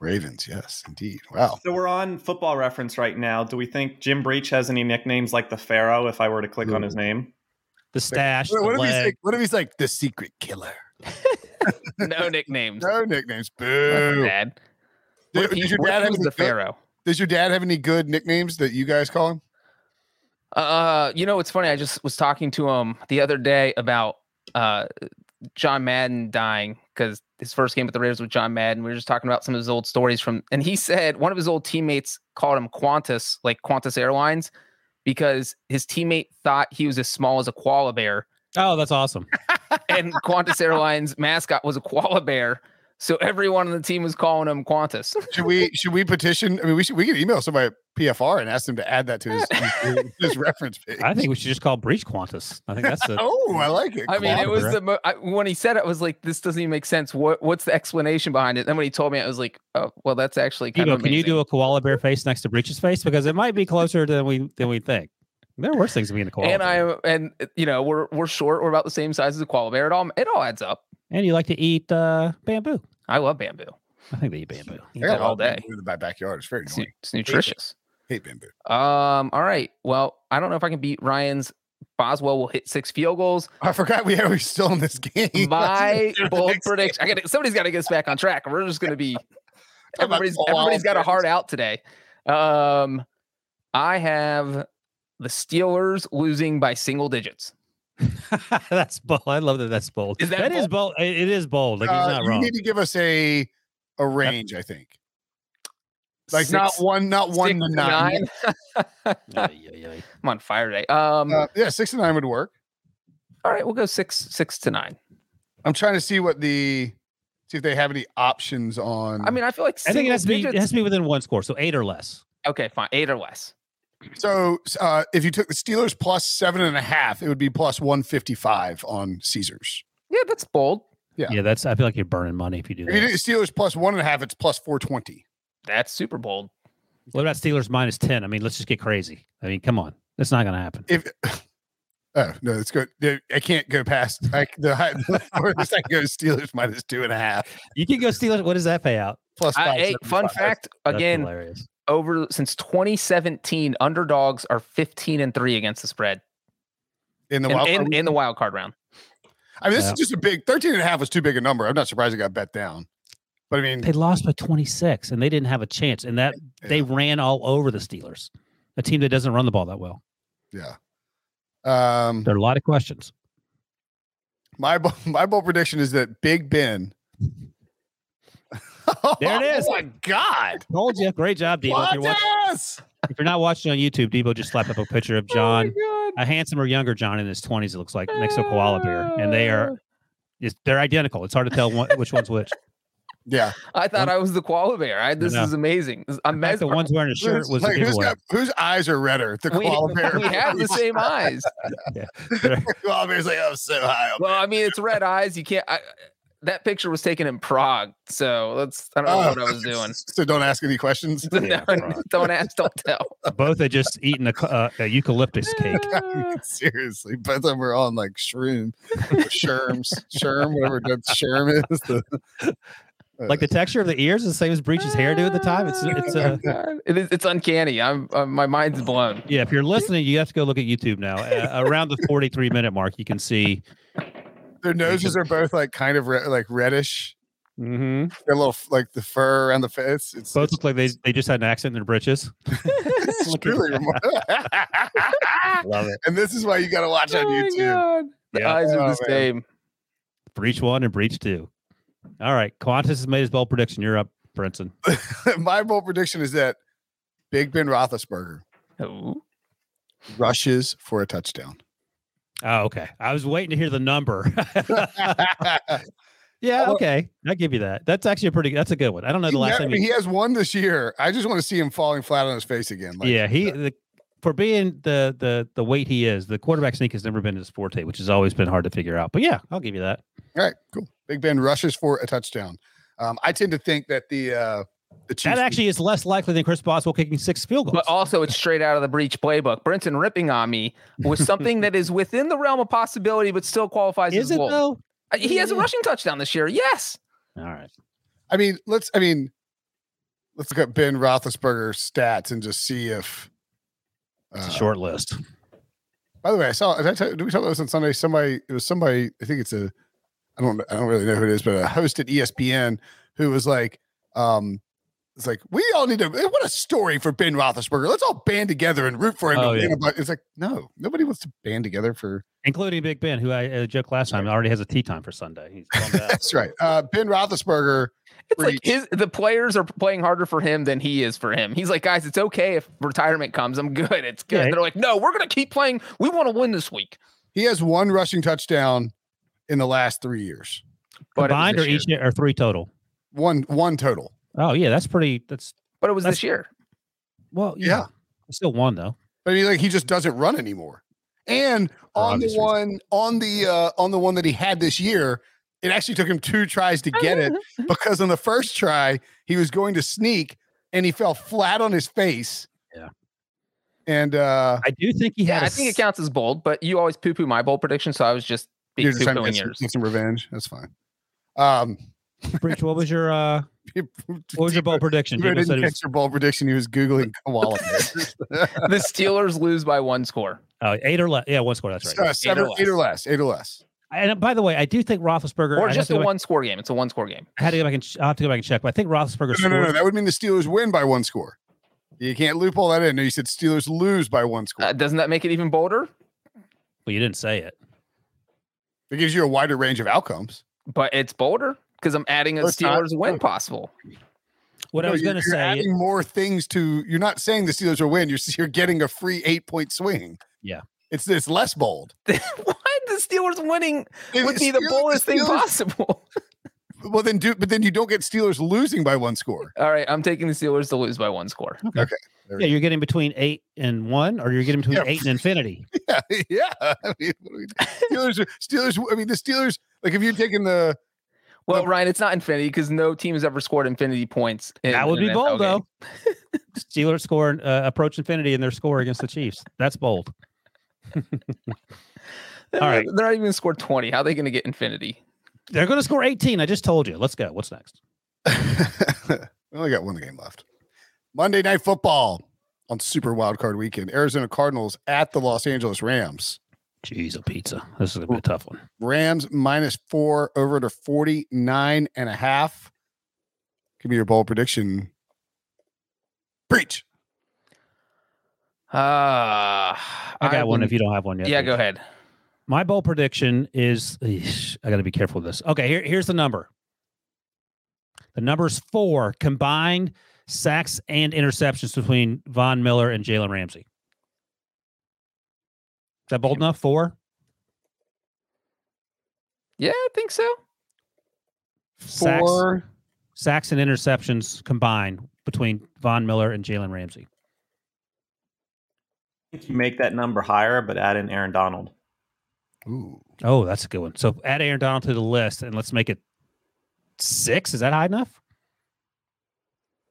[SPEAKER 2] Ravens. Yes, indeed. Wow.
[SPEAKER 5] So we're on football reference right now. Do we think Jim Breach has any nicknames like the Pharaoh if I were to click on his name?
[SPEAKER 3] The stash.
[SPEAKER 2] What,
[SPEAKER 3] the
[SPEAKER 2] what if he's
[SPEAKER 3] leg.
[SPEAKER 2] like, what if he's like the secret killer?
[SPEAKER 4] No nicknames.
[SPEAKER 2] No nicknames.
[SPEAKER 4] That's
[SPEAKER 2] Boo.
[SPEAKER 4] bad. What
[SPEAKER 2] Did,
[SPEAKER 4] if he,
[SPEAKER 2] does your
[SPEAKER 4] what if
[SPEAKER 2] dad
[SPEAKER 4] he
[SPEAKER 2] have
[SPEAKER 4] was
[SPEAKER 2] any
[SPEAKER 4] the
[SPEAKER 2] good-
[SPEAKER 4] pharaoh?
[SPEAKER 2] does your dad have any good nicknames that you guys call him?
[SPEAKER 4] Uh, you know, it's funny. I just was talking to him the other day about uh John Madden dying because his first game with the Raiders was John Madden. We were just talking about some of his old stories from, and he said one of his old teammates called him Qantas, like Qantas Airlines, because his teammate thought he was as small as a koala bear,
[SPEAKER 3] Oh, that's awesome.
[SPEAKER 4] and Qantas Airlines mascot was a koala bear. So everyone on the team was calling him Qantas.
[SPEAKER 2] Should we should we petition? I mean, we should we could email somebody at PFR and ask them to add that to his his,
[SPEAKER 4] *laughs*
[SPEAKER 2] his reference page.
[SPEAKER 3] I think we should just call Breach Qantas. I think that's the
[SPEAKER 2] Oh, I like it.
[SPEAKER 4] I mean, it
[SPEAKER 3] Clobber,
[SPEAKER 4] was
[SPEAKER 3] right?
[SPEAKER 4] the mo- I, when he said it, I was like, "This doesn't even make sense. What what's the explanation behind it?" Then when he told me, I was like, "Oh, well, that's actually kind
[SPEAKER 3] Debo,
[SPEAKER 4] of
[SPEAKER 3] can you
[SPEAKER 4] amazing."
[SPEAKER 3] do a koala bear face next to Breach's face? Because it might be closer than we than we think. There are worse things than being a koala.
[SPEAKER 4] and I
[SPEAKER 3] bear.
[SPEAKER 4] am, and uh, you know, we're we're short. We're about the same size as a koala bear. It all it all adds up.
[SPEAKER 3] and you like to eat uh, bamboo.
[SPEAKER 4] I love bamboo.
[SPEAKER 3] I think they eat bamboo.
[SPEAKER 4] Eat
[SPEAKER 2] I got
[SPEAKER 4] that
[SPEAKER 2] a
[SPEAKER 4] all
[SPEAKER 2] lot of
[SPEAKER 4] day.
[SPEAKER 2] bamboo in my backyard. It's very
[SPEAKER 4] It's, nu-
[SPEAKER 2] annoying.
[SPEAKER 4] it's nutritious.
[SPEAKER 2] Hate bamboo.
[SPEAKER 4] Um. All right. Well, I don't know if I can beat Ryan's. Boswell will hit six field goals.
[SPEAKER 2] I forgot we are we still in this *laughs* game.
[SPEAKER 4] My
[SPEAKER 2] Next
[SPEAKER 4] bold
[SPEAKER 2] game.
[SPEAKER 4] prediction. I got to somebody's got to get us back on track. We're just going to
[SPEAKER 2] *laughs*
[SPEAKER 4] be
[SPEAKER 2] Talk about
[SPEAKER 4] everybody's
[SPEAKER 2] all
[SPEAKER 4] everybody's got a
[SPEAKER 2] offense.
[SPEAKER 4] hard out today. Um, I have the Steelers losing by single digits.
[SPEAKER 3] *laughs* that's bold. I love that. That's bold.
[SPEAKER 4] Is that
[SPEAKER 3] that is bold. It it is bold. Like he's
[SPEAKER 2] Uh,
[SPEAKER 3] not
[SPEAKER 2] you
[SPEAKER 3] wrong.
[SPEAKER 2] need to give us a a range. I think like
[SPEAKER 4] Six-
[SPEAKER 2] not one, not one
[SPEAKER 4] six
[SPEAKER 2] to nine.
[SPEAKER 3] *laughs* Ay, ay, ay.
[SPEAKER 4] I'm on fire today. Um,
[SPEAKER 2] Uh, yeah, six to nine would work.
[SPEAKER 4] all right, we'll go six six to nine.
[SPEAKER 2] I'm trying to see what the see if they have any options on.
[SPEAKER 4] I mean, I feel like
[SPEAKER 3] I think it
[SPEAKER 4] single
[SPEAKER 3] has to be it
[SPEAKER 4] digits-
[SPEAKER 3] has to be within one score, so eight or less.
[SPEAKER 4] okay, fine, eight or less.
[SPEAKER 2] so uh, if you took the Steelers plus seven and a half, it would be plus one fifty five on Caesars.
[SPEAKER 4] Yeah, that's bold.
[SPEAKER 2] Yeah.
[SPEAKER 3] Yeah. that's. I feel like you're burning money if you do
[SPEAKER 2] If you did
[SPEAKER 3] that.
[SPEAKER 2] the Steelers plus one and a half, it's plus four twenty.
[SPEAKER 4] That's super bold.
[SPEAKER 3] What about Steelers minus ten? I mean, let's just get crazy. I mean, come on, that's not going to happen.
[SPEAKER 2] If *laughs* oh no, it's good. I can't go past I, the high. *laughs* the furthest I can go is Steelers minus two and a half.
[SPEAKER 3] You can go Steelers. What does that pay out?
[SPEAKER 2] Plus
[SPEAKER 4] I,
[SPEAKER 2] five.
[SPEAKER 4] hey, fun
[SPEAKER 2] 75.
[SPEAKER 4] fact
[SPEAKER 3] That's
[SPEAKER 4] again:
[SPEAKER 3] hilarious.
[SPEAKER 4] over since 2017, underdogs are 15 and three against the spread
[SPEAKER 2] in the
[SPEAKER 4] in,
[SPEAKER 2] wild card
[SPEAKER 4] in,
[SPEAKER 2] week.
[SPEAKER 4] in the wild card round.
[SPEAKER 2] I mean, this
[SPEAKER 3] Yeah.
[SPEAKER 2] is just a big 13 and a half was too big a number. I'm not surprised it got bet down. But I mean,
[SPEAKER 3] they lost by 26 and they didn't have a chance. And that they ran all over the Steelers, a team that doesn't run the ball that well.
[SPEAKER 2] yeah. Um,
[SPEAKER 3] There are a lot of questions.
[SPEAKER 2] my bo- my bold *laughs* prediction is that Big Ben. *laughs*
[SPEAKER 3] There it is.
[SPEAKER 2] Oh my God!
[SPEAKER 3] Told you. Great job, Debo. If you're, watch-
[SPEAKER 2] Yes.
[SPEAKER 3] if you're not watching on YouTube, Debo just slapped up a picture of John,
[SPEAKER 4] *laughs* Oh
[SPEAKER 3] a handsomer younger John in his 20s, it looks like, next to a koala bear. And they
[SPEAKER 4] Oh.
[SPEAKER 3] are, it's, they're identical. It's hard to tell one, which one's
[SPEAKER 4] *laughs*
[SPEAKER 3] which.
[SPEAKER 2] Yeah.
[SPEAKER 4] I thought
[SPEAKER 3] One-
[SPEAKER 4] I was the koala bear. I, this
[SPEAKER 3] know.
[SPEAKER 4] is amazing. This- I'm
[SPEAKER 3] In fact, the
[SPEAKER 4] mesmerized.
[SPEAKER 3] one's wearing a shirt was the
[SPEAKER 2] Like, who's
[SPEAKER 3] giveaway.
[SPEAKER 2] got- whose eyes are redder? The
[SPEAKER 4] *laughs* we,
[SPEAKER 2] koala bear.
[SPEAKER 4] we
[SPEAKER 2] *laughs*
[SPEAKER 4] have
[SPEAKER 3] *laughs*
[SPEAKER 4] the same eyes.
[SPEAKER 2] koala bear's like, oh, so high. Up.
[SPEAKER 4] Well, I mean, it's red eyes. You can't. I, that picture was taken in Prague, so let's. I don't know
[SPEAKER 2] Oh,
[SPEAKER 4] what I was
[SPEAKER 3] *laughs*
[SPEAKER 2] *laughs*
[SPEAKER 4] doing. *laughs*
[SPEAKER 2] So don't ask any questions.
[SPEAKER 4] No, don't ask, don't tell.
[SPEAKER 3] *laughs* Both had just eaten a, co- uh, a eucalyptus
[SPEAKER 2] *laughs*
[SPEAKER 3] cake.
[SPEAKER 2] Seriously, but then we're on like shroom, sherms, sherm, whatever that sherm is. The,
[SPEAKER 3] Like the texture of the ears is the same as Breach's hairdo at the time.
[SPEAKER 4] *laughs*
[SPEAKER 3] It's it's
[SPEAKER 4] Oh my
[SPEAKER 3] uh,
[SPEAKER 4] God. it is, it's uncanny. I'm uh, my mind's blown.
[SPEAKER 3] yeah. If you're listening, you have to go look at YouTube now. *laughs* Uh, around the 43 minute mark, you can see.
[SPEAKER 2] *laughs* their noses are both like kind of re- like reddish.
[SPEAKER 3] Mm-hmm.
[SPEAKER 2] They're a little f- like the fur around the face. It's,
[SPEAKER 3] Both look like they, they just had an accident in their britches.
[SPEAKER 2] *laughs* it's truly remarkable.
[SPEAKER 3] Love it.
[SPEAKER 2] and this is why you got to watch on
[SPEAKER 4] Oh my
[SPEAKER 2] YouTube.
[SPEAKER 4] God. The
[SPEAKER 3] Yeah.
[SPEAKER 4] eyes are the
[SPEAKER 2] Oh, man.
[SPEAKER 4] same.
[SPEAKER 3] Breach one and Breach two. All right, Qantas has made his bold prediction. You're up, Brinson.
[SPEAKER 2] *laughs* My bold prediction is that Big Ben Roethlisberger
[SPEAKER 4] Ooh.
[SPEAKER 2] rushes for a touchdown.
[SPEAKER 3] Oh, okay. I was waiting to hear the number.
[SPEAKER 2] he,
[SPEAKER 3] *laughs* yeah,
[SPEAKER 2] Well-
[SPEAKER 3] okay. I give you that. That's actually a pretty. That's a good one. I don't know the last
[SPEAKER 2] never-
[SPEAKER 3] time.
[SPEAKER 2] he has one this year. I just want to see him falling flat on his face again. Like,
[SPEAKER 3] yeah, he the, for being the the the weight he is, the quarterback sneak has never been his forte, which has always been hard to figure out. But yeah, I'll give you that.
[SPEAKER 2] All right, cool. Big Ben rushes for a touchdown. Um, I tend to think that the uh, the Chiefs
[SPEAKER 3] That actually is less likely than Chris Boswell kicking six field goals.
[SPEAKER 4] But also, it's straight out of the breach playbook. Brenton ripping on me was something that is within the realm of possibility, but still qualifies
[SPEAKER 3] is
[SPEAKER 4] as
[SPEAKER 3] it
[SPEAKER 4] goal.
[SPEAKER 3] though?
[SPEAKER 4] Uh, He has a
[SPEAKER 3] Yeah.
[SPEAKER 4] rushing touchdown this year. Yes.
[SPEAKER 3] All right.
[SPEAKER 2] I mean, let's. I mean, let's look at Ben Roethlisberger's stats and just see if.
[SPEAKER 3] It's
[SPEAKER 2] uh,
[SPEAKER 3] a short list.
[SPEAKER 2] By the way, I saw. Did, I tell, did we talk about this on Sunday? Somebody. It was somebody. I think it's a. I don't. I don't really know who it is, but a host at E ESPN who was like, um, "It's like we all need to. What a story for Ben Roethlisberger. Let's all band together and root for him." and
[SPEAKER 3] Oh,
[SPEAKER 2] win
[SPEAKER 3] yeah.
[SPEAKER 2] a bu-" It's like no, nobody wants to band together for. *laughs*
[SPEAKER 3] Including Big Ben, who I uh, joked last time already has a tea time for Sunday. He's bummed out.
[SPEAKER 2] That's right. Uh, ben Roethlisberger.
[SPEAKER 4] It's like
[SPEAKER 2] Breach.
[SPEAKER 4] his the players are playing harder for him than he is for him. He's like, guys, it's okay if retirement comes. I'm good. It's good.
[SPEAKER 3] Yeah.
[SPEAKER 4] They're like, no, we're gonna keep playing. We want to win this week.
[SPEAKER 2] He has one rushing touchdown in the last three years.
[SPEAKER 4] But it was
[SPEAKER 3] Combined or
[SPEAKER 4] this year.
[SPEAKER 3] each or three total?
[SPEAKER 2] One one total.
[SPEAKER 3] Oh yeah, that's pretty. That's
[SPEAKER 4] But it was
[SPEAKER 3] That's-
[SPEAKER 4] this year.
[SPEAKER 3] well, yeah.
[SPEAKER 2] Yeah.
[SPEAKER 3] Still one though.
[SPEAKER 2] But I mean, like he just doesn't run anymore. And on the
[SPEAKER 3] obvious reasons.
[SPEAKER 2] one on the uh, on the one that he had this year, it actually took him two tries to get it because on the first try he was going to sneak and he fell flat on his face.
[SPEAKER 3] Yeah.
[SPEAKER 2] And uh,
[SPEAKER 3] I do think he
[SPEAKER 4] Yeah,
[SPEAKER 3] had. a
[SPEAKER 4] I think it
[SPEAKER 3] s-
[SPEAKER 4] counts as bold, but you always poo poo my bold prediction, so I was just
[SPEAKER 2] you're
[SPEAKER 4] poo
[SPEAKER 2] just trying to
[SPEAKER 4] pooing
[SPEAKER 2] get some,
[SPEAKER 4] yours.
[SPEAKER 2] get some revenge. That's fine. Um,
[SPEAKER 3] Breach, what was your uh, what was
[SPEAKER 2] *laughs*
[SPEAKER 3] your bold prediction?
[SPEAKER 2] Tebow
[SPEAKER 3] Debo said
[SPEAKER 2] didn't
[SPEAKER 3] it was
[SPEAKER 2] catch your ball prediction. He was googling
[SPEAKER 4] *laughs*
[SPEAKER 2] Uh, koala. *laughs*
[SPEAKER 4] the Steelers lose by one score.
[SPEAKER 3] uh, eight or less. Yeah, one score. That's right.
[SPEAKER 2] Uh, seven,
[SPEAKER 4] less.
[SPEAKER 2] eight or less. Eight or less.
[SPEAKER 3] And uh, by the way, I do think Roethlisberger.
[SPEAKER 4] Or
[SPEAKER 3] I'd have
[SPEAKER 4] just
[SPEAKER 3] to
[SPEAKER 4] a
[SPEAKER 3] go back-
[SPEAKER 4] one score game. It's a one score game.
[SPEAKER 3] I had to go back and ch- I have to go back and check. But I think Roethlisberger
[SPEAKER 2] No,
[SPEAKER 3] scored.
[SPEAKER 2] no, no. That would mean the Steelers win by one score. You can't loop all that in. No, you said Steelers lose by one score.
[SPEAKER 4] Uh, doesn't that make it even bolder?
[SPEAKER 3] well, you didn't say it.
[SPEAKER 2] it gives you a wider range of outcomes.
[SPEAKER 4] But it's bolder because I'm adding a
[SPEAKER 2] No, it's not.
[SPEAKER 4] Steelers
[SPEAKER 3] Oh.
[SPEAKER 4] win possible. *laughs*
[SPEAKER 3] What I
[SPEAKER 2] No,
[SPEAKER 3] was
[SPEAKER 2] you're-
[SPEAKER 3] going to
[SPEAKER 2] you're
[SPEAKER 3] say.
[SPEAKER 2] adding more things to. You're not saying the Steelers will win. You're *laughs* s- you're getting a free eight point swing.
[SPEAKER 3] Yeah.
[SPEAKER 2] it's it's less bold.
[SPEAKER 4] Why the Steelers winning
[SPEAKER 2] If
[SPEAKER 4] would be the
[SPEAKER 2] Steelers-
[SPEAKER 4] boldest thing
[SPEAKER 2] Steelers-
[SPEAKER 4] possible? *laughs*
[SPEAKER 2] Well, then do, but then you don't get Steelers losing by one
[SPEAKER 4] *laughs*
[SPEAKER 2] score. *laughs*
[SPEAKER 4] All right, I'm taking the Steelers to lose by one score.
[SPEAKER 3] Yeah, you're getting between eight and one, or you're getting between
[SPEAKER 2] Yeah.
[SPEAKER 3] eight and infinity.
[SPEAKER 2] Yeah, yeah. *laughs* I mean, what do we- Steelers, are- Steelers. I mean, the Steelers. Like if you're taking the
[SPEAKER 4] Well,
[SPEAKER 2] Well-
[SPEAKER 4] Ryan, it's not infinity because no team has ever scored infinity points. in
[SPEAKER 3] that would
[SPEAKER 4] an
[SPEAKER 3] be
[SPEAKER 4] NFL
[SPEAKER 3] bold,
[SPEAKER 4] game.
[SPEAKER 3] though. Steelers score uh, approach infinity in their score against the Chiefs. That's bold.
[SPEAKER 4] They're
[SPEAKER 3] All
[SPEAKER 4] not-
[SPEAKER 3] right.
[SPEAKER 4] they're not even gonna score 20. How are they going to get infinity?
[SPEAKER 3] They're going to score 18. I just told you. Let's go. What's next?
[SPEAKER 2] *laughs* we only got one game left. Monday Night Football on Super Wild Card Weekend. Arizona Cardinals at the Los Angeles Rams.
[SPEAKER 3] Jeez, a pizza. This is going to be a tough one.
[SPEAKER 2] Rams minus four over to 49 and a half. Give me your bold prediction. Preach.
[SPEAKER 4] Uh,
[SPEAKER 3] I got one if you don't have one yet.
[SPEAKER 4] Yeah,
[SPEAKER 3] please.
[SPEAKER 4] go ahead.
[SPEAKER 3] My bold prediction is eesh, I got to be careful with this. Okay, here, here's the number. The number's four combined sacks and interceptions between Von Miller and Jalen Ramsey. Is that bold enough? Four?
[SPEAKER 4] Yeah, I think so.
[SPEAKER 3] Sacks, sacks and interceptions combined between Von Miller and Jalen Ramsey.
[SPEAKER 5] I think you make that number higher, but add in Aaron Donald.
[SPEAKER 2] Ooh.
[SPEAKER 3] Oh, that's a good one. So add Aaron Donald to the list and let's make it six. Is that high enough?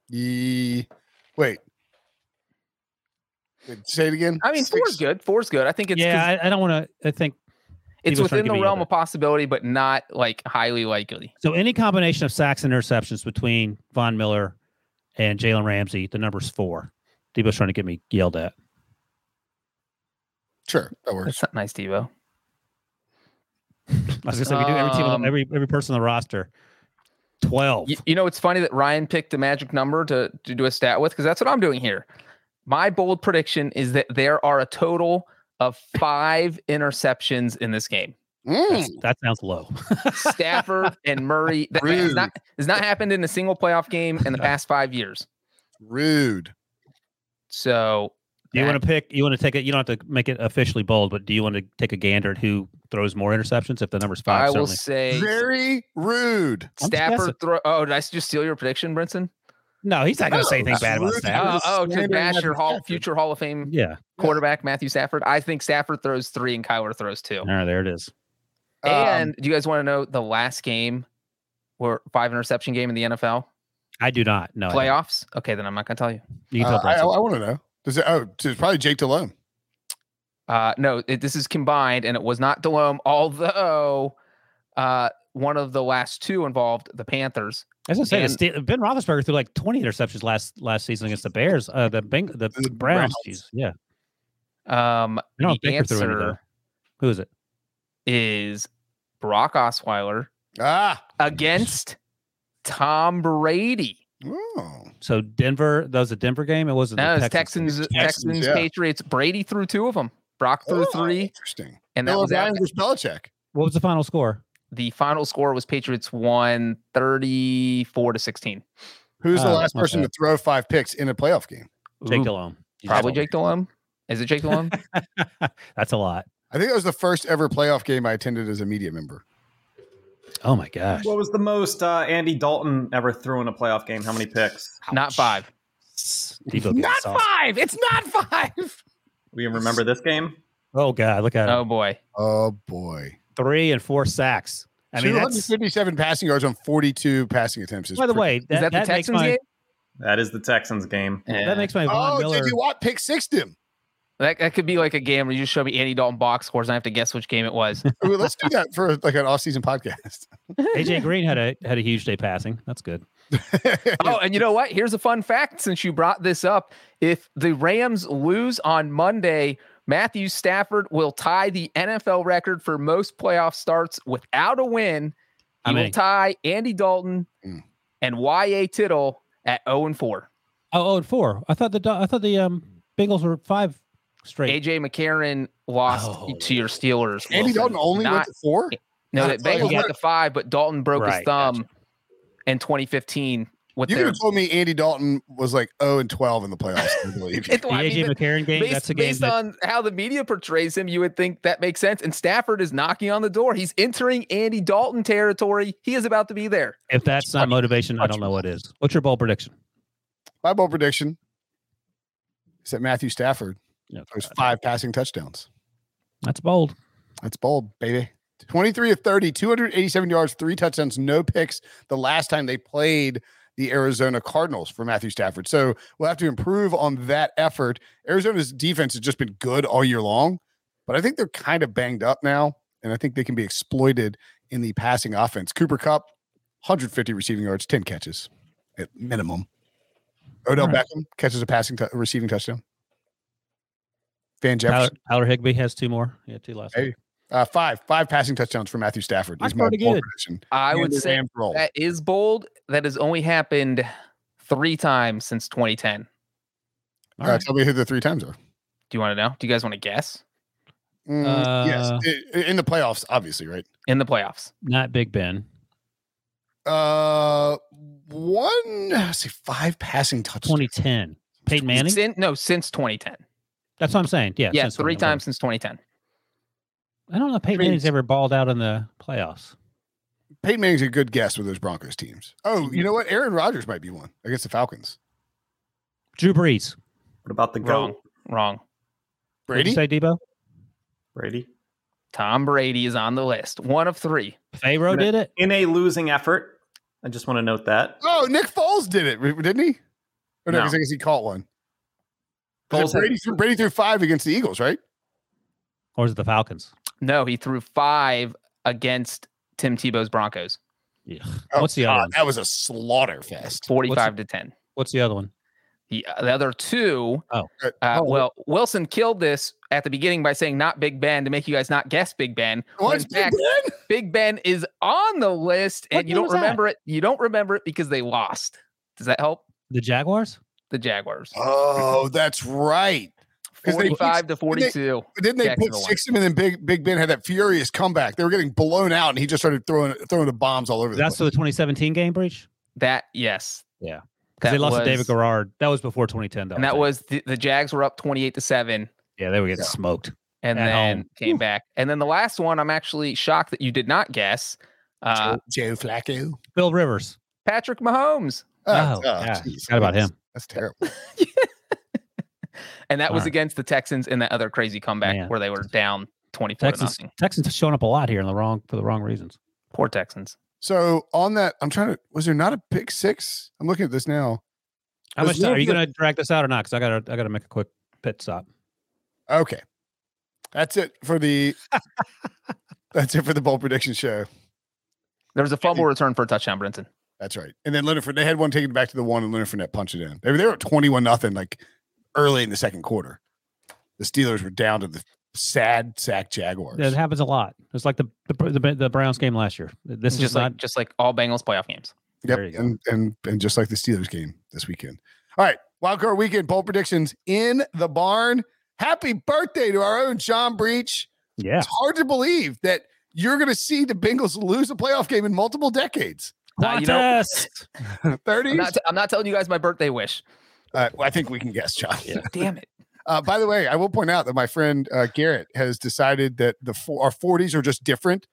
[SPEAKER 2] Ye- Wait. Wait, Say it again.
[SPEAKER 4] I mean, four's good. Four's good. I think it's 'cause
[SPEAKER 3] yeah, I, I don't want to. I think
[SPEAKER 4] it's
[SPEAKER 3] he was trying
[SPEAKER 4] within
[SPEAKER 3] to give
[SPEAKER 4] the
[SPEAKER 3] me
[SPEAKER 4] realm
[SPEAKER 3] other-
[SPEAKER 4] of possibility, but not like highly likely.
[SPEAKER 3] So any combination of sacks and interceptions between Von Miller and Jalen Ramsey, the number's four. Debo's trying to get me yelled at. *laughs*
[SPEAKER 2] Sure, that
[SPEAKER 4] *laughs*
[SPEAKER 2] works.
[SPEAKER 4] That's not nice, Devo.
[SPEAKER 3] I was gonna say we do every team, on
[SPEAKER 4] Um,
[SPEAKER 3] the- every every person on the roster, twelve.
[SPEAKER 4] You, you know, it's funny that Ryan picked a magic number to, to do a stat with because that's what I'm doing here. My bold prediction is that there are a total of five interceptions in this game.
[SPEAKER 2] Mm.
[SPEAKER 3] That's- that sounds low. *laughs*
[SPEAKER 4] Stafford and Murray. That has
[SPEAKER 2] Rude.
[SPEAKER 4] not, has not happened in a single playoff game in the past five years.
[SPEAKER 2] Rude.
[SPEAKER 4] So
[SPEAKER 3] Do you
[SPEAKER 4] that-
[SPEAKER 3] want to pick? You want to take it? You don't have to make it officially bold, but do you want to take a gander at who throws more interceptions? If the number's five,
[SPEAKER 4] I will
[SPEAKER 3] certainly.
[SPEAKER 4] say
[SPEAKER 2] Very rude.
[SPEAKER 3] I'm just guessing.
[SPEAKER 4] Stafford throw. Oh, did I just steal your prediction, Brinson?
[SPEAKER 3] No, he's not going to say anything
[SPEAKER 2] that's
[SPEAKER 3] bad about oh.
[SPEAKER 2] rude.
[SPEAKER 3] Stafford.
[SPEAKER 4] Oh,
[SPEAKER 2] was
[SPEAKER 4] oh, to
[SPEAKER 2] slandering
[SPEAKER 4] bash
[SPEAKER 2] Matthew
[SPEAKER 4] your hall,
[SPEAKER 2] Stafford.
[SPEAKER 4] future Hall of Fame
[SPEAKER 3] Yeah.
[SPEAKER 4] quarterback Matthew Stafford. I think Stafford throws three and Kyler throws two.
[SPEAKER 3] All right, there it is.
[SPEAKER 2] Um,
[SPEAKER 4] and do you guys want to know the last game or five interception game in the NFL
[SPEAKER 3] I do not. No. I don't.
[SPEAKER 4] playoffs? Okay, then I'm not gonna tell you.
[SPEAKER 3] You can
[SPEAKER 2] uh,
[SPEAKER 3] tell
[SPEAKER 2] I,
[SPEAKER 3] Bryson.
[SPEAKER 2] want to know. Does it? Oh, it's probably Jake Delhomme.
[SPEAKER 4] Uh, no, it, this is combined, and it was not Delhomme, *laughs* although uh, one of the last two involved the Panthers.
[SPEAKER 3] I was gonna
[SPEAKER 4] And-
[SPEAKER 3] say the Ste- Ben Roethlisberger threw like twenty interceptions last last season against the Bears, uh, the Beng- the
[SPEAKER 2] The
[SPEAKER 3] Browns.
[SPEAKER 2] Browns.
[SPEAKER 3] jeez, Yeah,
[SPEAKER 4] Um,
[SPEAKER 3] I don't
[SPEAKER 4] the
[SPEAKER 3] think Baker threw any though.
[SPEAKER 4] answer
[SPEAKER 3] Who is it?
[SPEAKER 4] is Brock Osweiler
[SPEAKER 2] Ah.
[SPEAKER 4] against Tom Brady.
[SPEAKER 2] Oh.
[SPEAKER 3] So Denver. That was a Denver game. It wasn't.
[SPEAKER 4] No,
[SPEAKER 3] the
[SPEAKER 4] it's Texans,
[SPEAKER 3] game.
[SPEAKER 4] Texans,
[SPEAKER 2] Texans, yeah.
[SPEAKER 4] Patriots. Brady threw two of them. Brock threw
[SPEAKER 2] Oh,
[SPEAKER 4] three,
[SPEAKER 2] Interesting.
[SPEAKER 4] and that
[SPEAKER 2] Bill
[SPEAKER 4] was
[SPEAKER 2] O'Brien
[SPEAKER 4] after,
[SPEAKER 2] versus Belichick.
[SPEAKER 3] What was the final score?
[SPEAKER 4] the final score was Patriots won 34 to 16.
[SPEAKER 2] Who's the
[SPEAKER 3] Oh,
[SPEAKER 2] last
[SPEAKER 3] my
[SPEAKER 2] person
[SPEAKER 3] bad.
[SPEAKER 2] to throw five picks in a playoff game?
[SPEAKER 3] Jake
[SPEAKER 4] Ooh,
[SPEAKER 3] Delhomme. You
[SPEAKER 4] Probably
[SPEAKER 3] just
[SPEAKER 4] Jake Delhomme. Is it Jake Delhomme?
[SPEAKER 3] told me. *laughs* That's a lot.
[SPEAKER 2] I think that was the first ever playoff game I attended as a media member.
[SPEAKER 3] Oh my gosh.
[SPEAKER 5] What was the most uh, Andy Dalton ever threw in a playoff game? How many picks?
[SPEAKER 4] not five.
[SPEAKER 3] Debo gets
[SPEAKER 4] Not
[SPEAKER 3] sauced.
[SPEAKER 4] five. It's not five.
[SPEAKER 5] We remember this game?
[SPEAKER 3] Oh god, look at him.
[SPEAKER 4] Oh boy.
[SPEAKER 2] Oh boy.
[SPEAKER 3] Three and four sacks. I mean, that's,
[SPEAKER 2] 257 passing yards on 42 passing attempts. Is
[SPEAKER 3] by the
[SPEAKER 2] pretty-
[SPEAKER 3] way,
[SPEAKER 4] Is
[SPEAKER 3] that,
[SPEAKER 4] that, the
[SPEAKER 3] that makes
[SPEAKER 4] Texans
[SPEAKER 3] my
[SPEAKER 4] game?
[SPEAKER 5] That is the Texans game.
[SPEAKER 4] Yeah.
[SPEAKER 3] that makes my Von
[SPEAKER 2] oh,
[SPEAKER 3] Miller.
[SPEAKER 2] JJ Watt pick sixed him.
[SPEAKER 4] That, that could be like a game where you just show me Andy Dalton box scores and I have to guess which game it was.
[SPEAKER 2] Ooh, Let's do that for like an off-season podcast.
[SPEAKER 3] AJ Green had a had a huge day passing. That's good.
[SPEAKER 4] Oh, and you know what? Here's a fun fact since you brought this up. If the Rams lose on Monday, Matthew Stafford will tie the NFL record for most playoff starts without a win.
[SPEAKER 3] How
[SPEAKER 4] He will
[SPEAKER 3] many?
[SPEAKER 4] tie Andy Dalton
[SPEAKER 2] Mm.
[SPEAKER 4] and YA Tittle at 0 and 4.
[SPEAKER 3] Oh, oh, and four. I thought the Do- I thought the um Bengals were five straight.
[SPEAKER 4] AJ McCarron lost
[SPEAKER 3] Oh.
[SPEAKER 4] to your Steelers.
[SPEAKER 2] Andy
[SPEAKER 4] Wilson.
[SPEAKER 2] Dalton only went
[SPEAKER 4] Not-
[SPEAKER 2] to four.
[SPEAKER 4] No,
[SPEAKER 2] I
[SPEAKER 4] that
[SPEAKER 2] thought it
[SPEAKER 4] Bengals
[SPEAKER 2] was-
[SPEAKER 4] went to five, but Dalton broke
[SPEAKER 3] Right,
[SPEAKER 4] his thumb
[SPEAKER 3] gotcha.
[SPEAKER 4] in 2015 with
[SPEAKER 2] You could
[SPEAKER 4] their.
[SPEAKER 2] have told me Andy Dalton was like 0 and 12 in the playoffs. I believe.
[SPEAKER 4] *laughs* It-
[SPEAKER 3] The
[SPEAKER 4] I mean,
[SPEAKER 3] AJ
[SPEAKER 4] the-
[SPEAKER 3] McCarron game.
[SPEAKER 4] based,
[SPEAKER 3] that's a game.
[SPEAKER 4] based
[SPEAKER 3] That,
[SPEAKER 4] on how the media portrays him, you would think that makes sense. And Stafford is knocking on the door. He's entering Andy Dalton territory. He is about to be there.
[SPEAKER 3] if that's not motivation, I don't know what is. What's your bold prediction?
[SPEAKER 2] My bold prediction is that Matthew Stafford
[SPEAKER 3] No,
[SPEAKER 2] throws
[SPEAKER 3] God.
[SPEAKER 2] five passing touchdowns.
[SPEAKER 3] Uh, That's bold.
[SPEAKER 2] That's bold, baby. 23 of 30, 287 yards, three touchdowns, no picks the last time they played the Arizona Cardinals for Matthew Stafford. So we'll have to improve on that effort. Arizona's defense has just been good all year long, but I think they're kind of banged up now, and I think they can be exploited in the passing offense. Cooper Cup, 150 receiving yards, 10 catches at minimum. Odell
[SPEAKER 3] All right.
[SPEAKER 2] Beckham catches a passing t- receiving touchdown. Van
[SPEAKER 3] Tyler,
[SPEAKER 2] Jefferson.
[SPEAKER 3] Tyler Higby has two more. Yeah, two last.
[SPEAKER 2] Hey,
[SPEAKER 3] week.
[SPEAKER 2] Uh, five, five passing touchdowns for Matthew Stafford.
[SPEAKER 3] That's
[SPEAKER 2] is my
[SPEAKER 3] pretty
[SPEAKER 2] bold
[SPEAKER 3] good.
[SPEAKER 2] prediction.
[SPEAKER 4] I
[SPEAKER 2] And
[SPEAKER 4] would
[SPEAKER 2] the
[SPEAKER 4] say
[SPEAKER 2] Rams roll.
[SPEAKER 4] that is bold. That has only happened three times since 2010.
[SPEAKER 2] Uh,
[SPEAKER 3] All right.
[SPEAKER 2] Tell me who the three times are.
[SPEAKER 4] Do you want to know? Do you guys want to guess?
[SPEAKER 2] Mm,
[SPEAKER 3] Uh,
[SPEAKER 2] yes, i- i- in the playoffs, obviously, right?
[SPEAKER 4] In the playoffs.
[SPEAKER 3] Not Big Ben.
[SPEAKER 2] Uh, one. I See, five passing touchdowns.
[SPEAKER 3] 2010. Peyton Manning.
[SPEAKER 4] Sin- no, since 2010.
[SPEAKER 3] That's what I'm saying. Yeah.
[SPEAKER 4] Yeah,
[SPEAKER 3] since
[SPEAKER 4] three
[SPEAKER 3] 2010.
[SPEAKER 4] times since 2010.
[SPEAKER 3] I don't know if Peyton
[SPEAKER 2] mean-
[SPEAKER 3] Manning's ever balled out in the playoffs.
[SPEAKER 2] Peyton Manning's a good guess with those Broncos teams. Oh, you know what? Aaron Rodgers might be one against the Falcons.
[SPEAKER 3] Drew Brees.
[SPEAKER 5] What about the
[SPEAKER 4] Wrong.
[SPEAKER 5] goat,
[SPEAKER 4] Wrong.
[SPEAKER 3] What'd
[SPEAKER 2] Brady.
[SPEAKER 3] you say Debo?
[SPEAKER 5] Brady?
[SPEAKER 4] Tom Brady is on the list. One of three.
[SPEAKER 3] Pharaoh did it.
[SPEAKER 5] In a losing effort, I just want to note that
[SPEAKER 2] Oh, Nick Foles did it, re- didn't he? Or no,
[SPEAKER 4] No.
[SPEAKER 2] 'cause I guess he caught one. 'Cause
[SPEAKER 5] Foles had-
[SPEAKER 2] Brady, threw, Brady threw five against the Eagles, right?
[SPEAKER 3] Or is it the Falcons?
[SPEAKER 4] No, he threw five against Tim Tebow's Broncos,
[SPEAKER 3] Yeah.
[SPEAKER 2] Oh,
[SPEAKER 3] What's the
[SPEAKER 2] God,
[SPEAKER 3] other one?
[SPEAKER 2] That was a slaughter fest.
[SPEAKER 4] 45 to 10.
[SPEAKER 3] What's the other one?
[SPEAKER 4] The, uh, the other two.
[SPEAKER 3] Oh.
[SPEAKER 2] Uh,
[SPEAKER 4] Uh,
[SPEAKER 2] oh.
[SPEAKER 4] well, Wilson killed this at the beginning by saying not Big Ben to make you guys not guess Big Ben. when
[SPEAKER 2] What's
[SPEAKER 4] in fact,
[SPEAKER 2] Oh, Big
[SPEAKER 4] Big Ben is on the list,
[SPEAKER 3] What
[SPEAKER 4] and you
[SPEAKER 3] game
[SPEAKER 4] don't
[SPEAKER 3] was that?
[SPEAKER 4] remember it. You don't remember it because they lost. Does that help?
[SPEAKER 3] The Jaguars?
[SPEAKER 4] The Jaguars,
[SPEAKER 2] Ben? Oh, that's right. 'Cause they fixed-
[SPEAKER 4] forty-five to
[SPEAKER 2] didn't they-
[SPEAKER 4] forty-two.
[SPEAKER 2] But didn't they put
[SPEAKER 4] Jacksonville won.
[SPEAKER 2] six in, and then Big Big Ben had that furious comeback? They were getting blown out, and he just started throwing throwing the bombs all over.
[SPEAKER 3] That's
[SPEAKER 2] the
[SPEAKER 3] for the 2017 game breach?
[SPEAKER 4] That yes,
[SPEAKER 3] Because they
[SPEAKER 4] That
[SPEAKER 3] lost to David
[SPEAKER 4] was-
[SPEAKER 3] Garrard. That was before 2010, though.
[SPEAKER 4] and
[SPEAKER 3] I
[SPEAKER 4] that
[SPEAKER 3] think.
[SPEAKER 4] was the, the Jags were up twenty-eight to seven,
[SPEAKER 3] Yeah, they were getting
[SPEAKER 2] Yeah.
[SPEAKER 3] smoked.
[SPEAKER 4] and
[SPEAKER 3] At
[SPEAKER 4] then
[SPEAKER 3] home.
[SPEAKER 4] came back. And then the last one, I'm actually shocked that you did not guess. Uh,
[SPEAKER 2] Joe, Joe Flacco.
[SPEAKER 3] Bill Rivers.
[SPEAKER 4] Patrick Mahomes,
[SPEAKER 3] Oh,
[SPEAKER 2] tough.
[SPEAKER 3] yeah.
[SPEAKER 2] Jeez,
[SPEAKER 3] Forgot about
[SPEAKER 2] that's-
[SPEAKER 3] him.
[SPEAKER 2] That's terrible.
[SPEAKER 4] and that was
[SPEAKER 3] Alright.
[SPEAKER 4] against the Texans in that other crazy comeback
[SPEAKER 3] Man.
[SPEAKER 4] where they were down twenty-four
[SPEAKER 3] Texans.
[SPEAKER 4] to nothing.
[SPEAKER 3] Texans are showing up a lot here in the wrong for the wrong reasons.
[SPEAKER 4] Poor Texans.
[SPEAKER 2] So on that, I'm trying to. Was there not a pick six? I'm looking at this now.
[SPEAKER 3] How
[SPEAKER 2] There's
[SPEAKER 3] much time,
[SPEAKER 2] no
[SPEAKER 3] are you
[SPEAKER 2] good-
[SPEAKER 3] going to drag this out or not? Because I got to I got to make a quick pit stop.
[SPEAKER 2] Okay, that's it for
[SPEAKER 3] *laughs*
[SPEAKER 2] the. that's it for the bold prediction show.
[SPEAKER 4] There was a fumble return for a touchdown, Brinson.
[SPEAKER 2] That's right. And then Leonard Fournette had one taken back to the one, and Leonard Fournette punched it in. They were, they were at 21 nothing, like early in the second quarter. The Steelers were down to the sad sack Jaguars.
[SPEAKER 3] It happens a lot. It's like the the, the, the Browns game last year. This
[SPEAKER 4] Just
[SPEAKER 3] is not
[SPEAKER 4] like just like all Bengals playoff games.
[SPEAKER 2] Yep.
[SPEAKER 3] There you go.
[SPEAKER 2] And, and and just like the Steelers game this weekend. All right. Wildcard weekend bold predictions in the barn. Happy birthday to our own John Breach.
[SPEAKER 3] yeah.
[SPEAKER 2] It's hard to believe that you're going to see the Bengals lose a playoff game in multiple decades.
[SPEAKER 4] Uh, you know,
[SPEAKER 3] Qantas!
[SPEAKER 2] 30s?
[SPEAKER 4] I'm not, I'm not telling you guys my birthday wish.
[SPEAKER 2] Uh, well, I think we can guess, John.
[SPEAKER 4] Damn it.
[SPEAKER 2] Uh, by the way, I will point out that my friend uh, Garrett has decided that the four, our 40s are just different.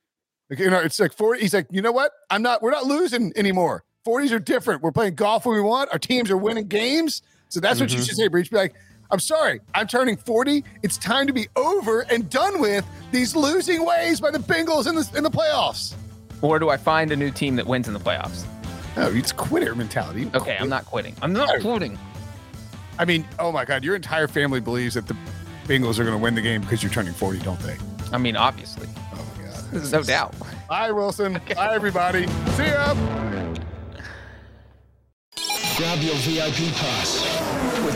[SPEAKER 2] Like, you know, it's like 40. He's like, you know what? I'm not. We're not losing anymore. 40s are different. We're playing golf when we want. Our teams are winning games. So that's what you
[SPEAKER 4] Mm-hmm.
[SPEAKER 2] should say, Breach. Be like, I'm sorry. I'm turning 40. It's time to be over and done with these losing ways by the Bengals in the in the playoffs.
[SPEAKER 4] Or do I find a new team that wins in the playoffs?
[SPEAKER 2] No, it's quitter mentality.
[SPEAKER 4] Okay, I'm not quitting. I'm not quitting.
[SPEAKER 2] I mean, oh my God, your entire family believes that the Bengals are going to win the game because you're turning 40, don't they?
[SPEAKER 4] I mean, obviously,
[SPEAKER 2] Oh my God.
[SPEAKER 4] there's no doubt.
[SPEAKER 2] Bye, Wilson. Bye, everybody. See ya.
[SPEAKER 12] Grab your VIP pass. We're